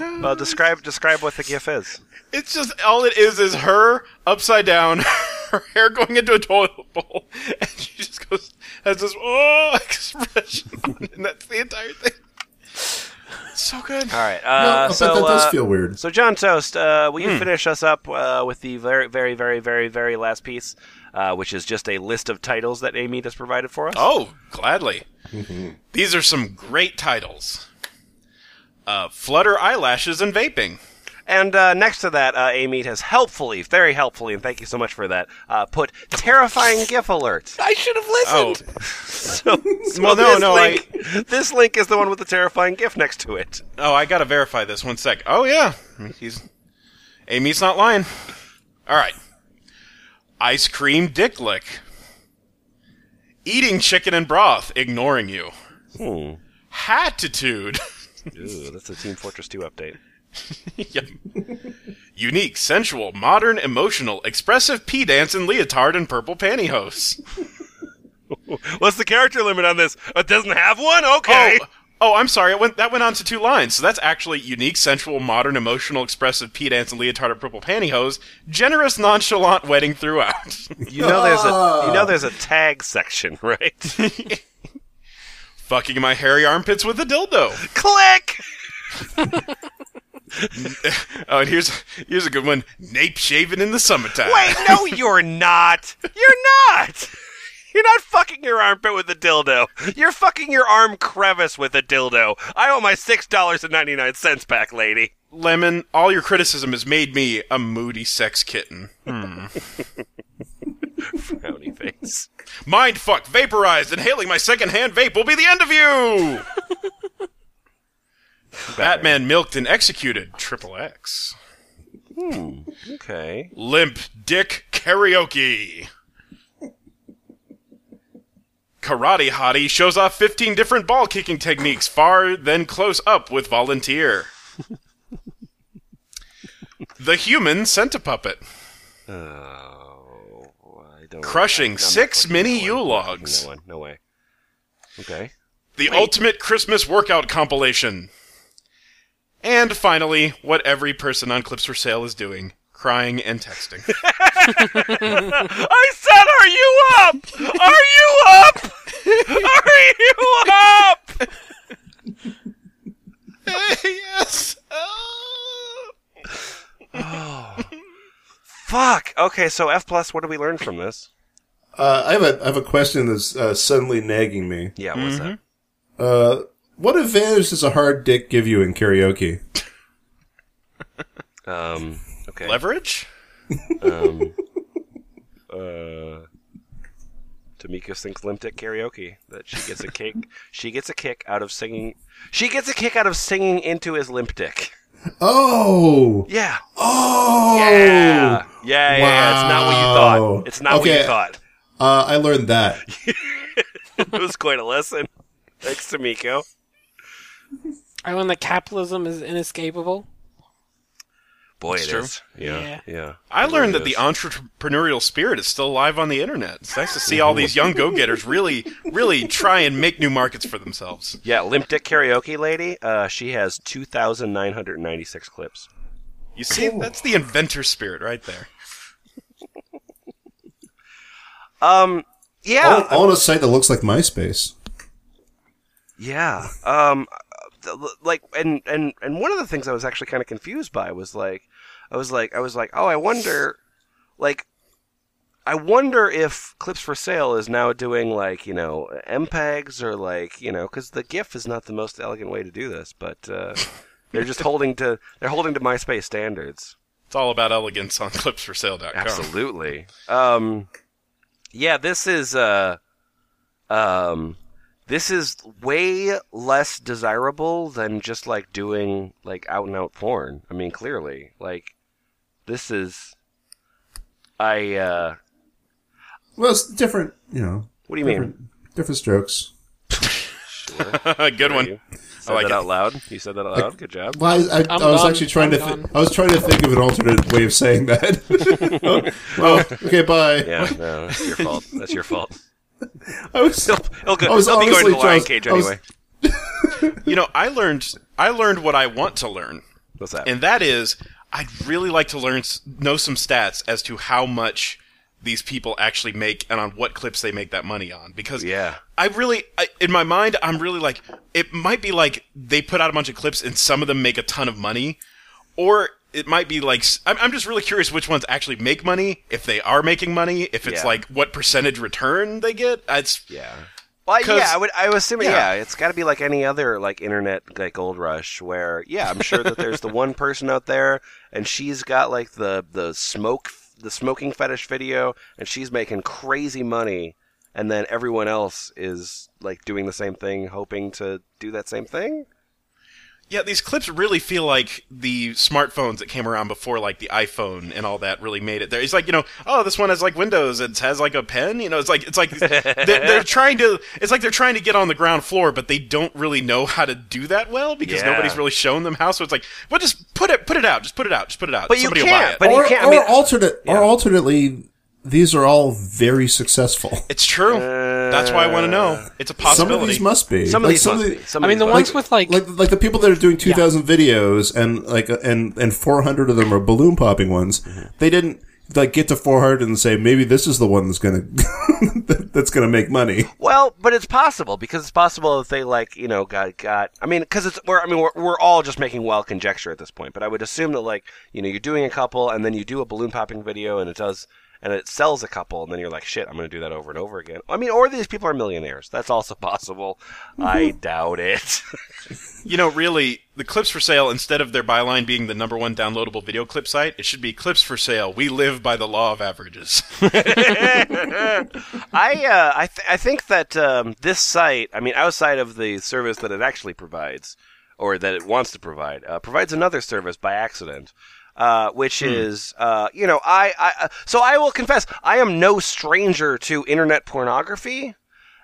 Speaker 1: Well, Uh, describe describe what the gif is.
Speaker 4: It's just all it is is her upside down, her hair going into a toilet bowl, and she just goes has this oh expression, on it, and that's the entire thing. So good.
Speaker 1: All right. Uh,
Speaker 2: no,
Speaker 1: so
Speaker 2: Oh, but that does
Speaker 1: uh,
Speaker 2: feel weird.
Speaker 1: So, John Toast, uh, will you finish us up uh, with the very, very, very, very, very last piece, uh, which is just a list of titles that Amy has provided for us?
Speaker 4: Oh, gladly. These are some great titles. Uh, Flutter eyelashes and vaping.
Speaker 1: And uh, next to that, uh, Amy has helpfully, very helpfully, and thank you so much for that, uh, put terrifying GIF alert.
Speaker 3: I should have
Speaker 4: Oh,
Speaker 3: listened.
Speaker 1: So, so
Speaker 4: Well, no,
Speaker 1: this
Speaker 4: no, I-
Speaker 1: link, this link is the one with the terrifying GIF next to it.
Speaker 4: oh, I gotta verify this one sec. Oh yeah, he's Amy's not lying. All right, ice cream dick lick, eating chicken and broth, ignoring you,
Speaker 1: Hmm.
Speaker 4: hatitude.
Speaker 1: Ooh, that's a Team Fortress 2 update.
Speaker 4: Yep. Unique, sensual, modern, emotional, expressive pea dance in leotard and purple pantyhose.
Speaker 1: What's the character limit on this? It doesn't have one?
Speaker 4: Oh,
Speaker 1: Okay.
Speaker 4: oh, I'm sorry. It went that went on to two lines. So that's actually unique, sensual, modern, emotional, expressive pea dance in leotard and purple pantyhose. Generous, nonchalant wedding throughout.
Speaker 1: You know there's a you know there's a tag section, right?
Speaker 4: Fucking my hairy armpits with a dildo.
Speaker 1: Click.
Speaker 4: Oh, and here's here's a good one. Nape shaven in the summertime.
Speaker 1: Wait, no, you're not. You're not. You're not fucking your armpit with a dildo. You're fucking your arm crevice with a dildo. I want my six dollars and ninety nine cents back, lady.
Speaker 4: Lemon, all your criticism has made me a moody sex kitten.
Speaker 1: Frowny face.
Speaker 4: Mind fuck, vaporized, inhaling my secondhand vape will be the end of you! Batman milked and executed. Triple X.
Speaker 1: Okay.
Speaker 4: Limp Dick Karaoke. Karate Hottie shows off 15 different ball kicking techniques far then close up with Volunteer. the Human Centipuppet.
Speaker 1: Oh, I don't.
Speaker 4: Crushing
Speaker 1: I'm not
Speaker 4: six
Speaker 1: clicking
Speaker 4: mini
Speaker 1: that
Speaker 4: U
Speaker 1: one.
Speaker 4: logs.
Speaker 1: No one. No way. Okay.
Speaker 4: The Ultimate Christmas Workout Compilation. And finally, what every person on Clips for Sale is doing crying and texting.
Speaker 1: I said, "Are you up? Are you up? Are you up?"
Speaker 4: yes!
Speaker 1: Fuck. Okay. So F plus. What do we learn from this?
Speaker 2: Uh, I have a I have a question that's uh, suddenly nagging me.
Speaker 1: Yeah. What's that?
Speaker 2: Uh, what advantage does a hard dick give you in karaoke?
Speaker 1: Um. Okay.
Speaker 4: Leverage?
Speaker 1: Um. uh. Tamika sings limp dick karaoke. That she gets a kick. she gets a kick out of singing. She gets a kick out of singing into his limp dick.
Speaker 2: Oh,
Speaker 1: Yeah.
Speaker 2: oh,
Speaker 1: Yeah. Yeah. Yeah. yeah. It's not what you
Speaker 2: Wow.
Speaker 1: thought. It's not what
Speaker 2: Okay.
Speaker 1: you thought.
Speaker 2: Uh, I learned that.
Speaker 1: It was quite a lesson. Thanks, Tamiko.
Speaker 3: I learned that capitalism is inescapable.
Speaker 1: Boy, it is.
Speaker 4: true.
Speaker 1: Yeah. Yeah.
Speaker 4: I learned that
Speaker 1: is.
Speaker 4: the entrepreneurial spirit is still alive on the internet. It's nice to see all these young go-getters really, really try and make new markets for themselves.
Speaker 1: Yeah, Limp Dick Karaoke Lady, uh, she has 2,996 clips.
Speaker 4: You see, that's the inventor spirit right there.
Speaker 1: Um, yeah.
Speaker 2: On, on a site that looks like MySpace.
Speaker 1: Yeah. Um, th- like, and, and, and one of the things I was actually kind of confused by was like, I was like, I was like, oh, I wonder, like, I wonder if Clips for Sale is now doing like, you know, MPEGs or like, you know, because the GIF is not the most elegant way to do this, but, uh, they're just holding to, they're holding to MySpace standards.
Speaker 4: It's all about elegance on clipsforsale.com.
Speaker 1: Absolutely. Um, yeah, this is uh, um, this is way less desirable than just like doing like out and out porn. I mean, clearly, like this is. I uh,
Speaker 2: Well, it's different, you know,
Speaker 1: what do you mean?
Speaker 2: different strokes.
Speaker 4: Good one.
Speaker 1: Said
Speaker 4: like
Speaker 1: that
Speaker 4: it.
Speaker 1: out loud. You said that out loud. Good job.
Speaker 2: Well, I, I, I was
Speaker 3: done.
Speaker 2: actually trying to
Speaker 3: I'm done.
Speaker 2: th- I was trying to think of an alternate way of saying that. oh, okay, bye.
Speaker 1: Yeah, no, that's your fault. That's your fault.
Speaker 2: I was
Speaker 1: He'll, he'll, go,
Speaker 2: I was
Speaker 1: he'll be going to
Speaker 2: honestly
Speaker 1: the lion
Speaker 2: just-
Speaker 1: cage
Speaker 2: I was-
Speaker 1: anyway.
Speaker 4: You know, I learned I learned what I want to learn,
Speaker 1: What's that?
Speaker 4: and that is I'd really like to learn s- know some stats as to how much these people actually make and on what clips they make that money on because
Speaker 1: Yeah.
Speaker 4: I really, I, in my mind, I'm really like, it might be like they put out a bunch of clips and some of them make a ton of money, or it might be like, s- I'm, I'm just really curious which ones actually make money, if they are making money, if it's
Speaker 1: Yeah.
Speaker 4: like what percentage return they get. It's,
Speaker 1: yeah. Well,
Speaker 4: 'Cause-
Speaker 1: yeah, I would. I was assuming.
Speaker 4: Yeah.
Speaker 1: Yeah, it's got to be like any other like internet like gold rush, where yeah, I'm sure that there's the one person out there, and she's got like the the smoke the smoking fetish video, and she's making crazy money, and then everyone else is like doing the same thing, hoping to do that same thing.
Speaker 4: Yeah, these clips really feel like the smartphones that came around before, like the iPhone and all that, really made it there. It's like you know, oh, this one has like Windows. It has like a pen. You know, it's like it's like they're, they're trying to. It's like they're trying to get on the ground floor, but they don't really know how to do that well because
Speaker 1: Yeah.
Speaker 4: nobody's really shown them how. So it's like, well, just put it, put it out, just put it out, just put it out.
Speaker 1: But you
Speaker 4: Somebody will buy
Speaker 1: can't,
Speaker 4: it.
Speaker 1: but-
Speaker 2: or,
Speaker 1: you can't- I
Speaker 2: or
Speaker 1: mean-
Speaker 2: alternate, or alternately, these are all very successful.
Speaker 4: it's true. That's why I want to know. It's a
Speaker 2: Some of
Speaker 4: possibility.
Speaker 2: these must be.
Speaker 1: Some of
Speaker 2: Like,
Speaker 1: these must
Speaker 2: of
Speaker 1: be.
Speaker 2: the-
Speaker 1: Some
Speaker 3: I
Speaker 1: of
Speaker 3: mean,
Speaker 1: these
Speaker 3: the
Speaker 1: must-
Speaker 3: ones with like,
Speaker 2: like like the people that are doing 2000 videos and like uh, and and 400 of them are balloon popping ones
Speaker 3: Mm-hmm.
Speaker 2: they didn't like get to 400 and say maybe this is the one that's gonna that- that's gonna make money
Speaker 1: Well, but it's possible because it's possible that they like you know got got. I mean, because it's we're I mean we're, we're all just making wild conjecture at this point. But I would assume that like you know you're doing a couple and then you do a balloon popping video and it does and it sells a couple and then you're like shit I'm going to do that over and over again. I mean, or these people are millionaires. That's also possible. I doubt it.
Speaker 4: You know, really, the clips for sale, instead of their byline being the number one downloadable video clip site, it should be clips for sale. We live by the law of averages.
Speaker 1: I uh, I th- I think that um, this site, I mean, outside of the service that it actually provides, or that it wants to provide, uh, provides another service by accident, uh, which is uh, you know I, I uh, so I will confess I am no stranger to internet pornography,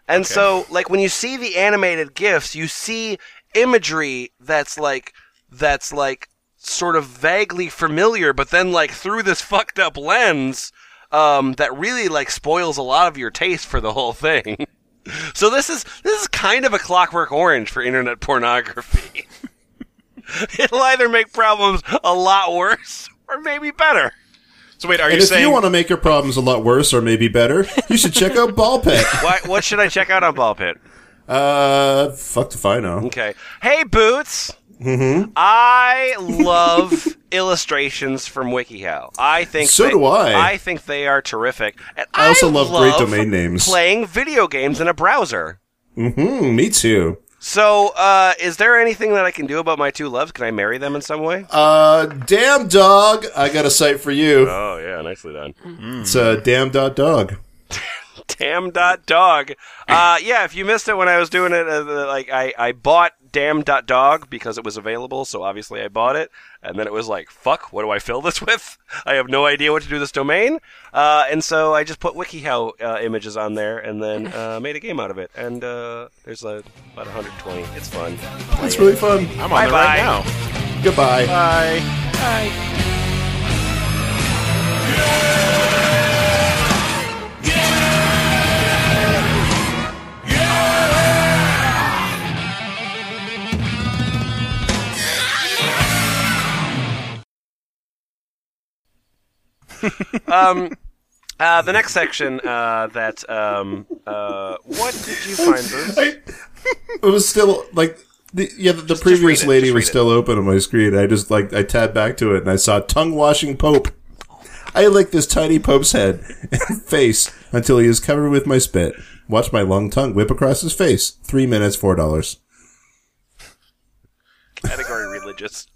Speaker 1: and so like when you see the animated gifs, you see imagery that's like that's like sort of vaguely familiar, but then like through this fucked up lens um, that really like spoils a lot of your taste for the whole thing. so this is this is kind of a clockwork orange for internet pornography. It'll either make problems a lot worse or maybe better.
Speaker 4: so wait, are
Speaker 2: and
Speaker 4: you
Speaker 2: if
Speaker 4: saying
Speaker 2: you want to make your problems a lot worse or maybe better you should check out ball pet
Speaker 1: Why, what should I check out on Ball Pit?
Speaker 2: uh fuck if i know
Speaker 1: Okay. Hey, Boots. Mm-hmm. I love illustrations from WikiHow. I think
Speaker 2: So
Speaker 1: they-
Speaker 2: do I.
Speaker 1: I think they are terrific. And
Speaker 2: I also love great domain names.
Speaker 1: Playing video games in a browser.
Speaker 2: hmm me too
Speaker 1: So, uh, is there anything that I can do about my two loves? Can I marry them in some way?
Speaker 2: uh damn dog i got a site for you
Speaker 1: oh yeah, nicely done.
Speaker 2: it's uh damn dot dog
Speaker 1: Damn dot dog. Uh, yeah, if you missed it when I was doing it, uh, the- like I, I bought damn dot dog because it was available, so obviously I bought it, and then it was like, fuck, what do I fill this with? I have no idea what to do with this domain, uh, and so I just put WikiHow uh, images on there, and then uh, made a game out of it. And uh, there's uh, about 120. It's fun. Play
Speaker 2: it's
Speaker 1: it.
Speaker 2: really fun
Speaker 4: I'm on there right
Speaker 1: Bye-bye.
Speaker 4: now?
Speaker 2: goodbye
Speaker 1: Bye.
Speaker 3: I-
Speaker 1: um, uh, the next section uh, that um, uh, what did you find? Bruce?
Speaker 2: I, it was still like the, yeah. The, the previous
Speaker 1: read it,
Speaker 2: lady
Speaker 1: just
Speaker 2: was
Speaker 1: read it.
Speaker 2: still open on my screen. I just like I tabbed back to it and I saw tongue washing Pope. I lick this tiny Pope's head and face until he is covered with my spit. Watch my long tongue whip across his face. Three minutes, four dollars.
Speaker 1: Category religious.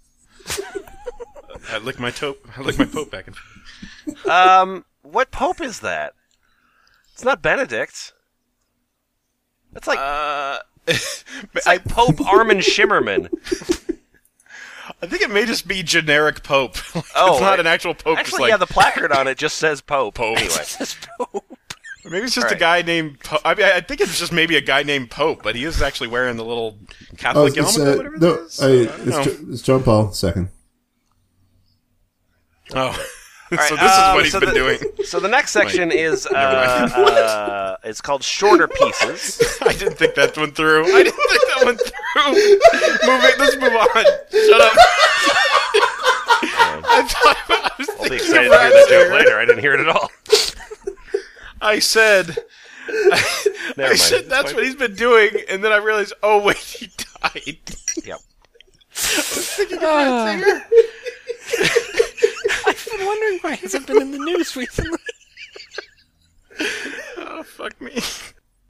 Speaker 4: I licked my tope. I licked my pope back. And-
Speaker 1: Um, what pope is that? It's not Benedict. That's like
Speaker 4: Uh,
Speaker 1: it's like Pope Armin Shimmerman.
Speaker 4: I think it may just be generic pope. Like,
Speaker 1: Oh,
Speaker 4: it's not
Speaker 1: I-
Speaker 4: an actual pope. it's
Speaker 1: Actually,
Speaker 4: like,
Speaker 1: yeah, the placard on it just says Pope.
Speaker 4: Pope.
Speaker 1: Anyway,
Speaker 4: maybe it's just a
Speaker 1: Alright.
Speaker 4: guy named. Po- I mean, I I think it's just maybe a guy named Pope, but he is actually wearing the little
Speaker 2: Oh,
Speaker 4: Catholic
Speaker 2: it's,
Speaker 4: helmet
Speaker 2: uh,
Speaker 4: or whatever
Speaker 2: no,
Speaker 4: it is.
Speaker 2: I,
Speaker 4: don't
Speaker 2: it's,
Speaker 4: know.
Speaker 2: Jo- it's John Paul II.
Speaker 4: oh,
Speaker 1: All
Speaker 4: so
Speaker 1: right,
Speaker 4: this is
Speaker 1: um,
Speaker 4: what he's
Speaker 1: so
Speaker 4: been
Speaker 1: the-
Speaker 4: doing.
Speaker 1: So the next section is uh, uh, it's called shorter pieces.
Speaker 4: I didn't think that went through. I didn't think that went through. Moving, let's move on. Shut up. I thought I was
Speaker 1: I'll be
Speaker 4: thinking
Speaker 1: excited
Speaker 4: of
Speaker 1: to hear that
Speaker 4: Raspberry.
Speaker 1: joke later. I didn't hear it at all.
Speaker 4: I said,
Speaker 1: Never
Speaker 4: I
Speaker 1: mind.
Speaker 4: said that's what he's been doing, and then I realized, oh wait, he died.
Speaker 1: Yep.
Speaker 3: Ah. I've been wondering why hasn't been in the news recently.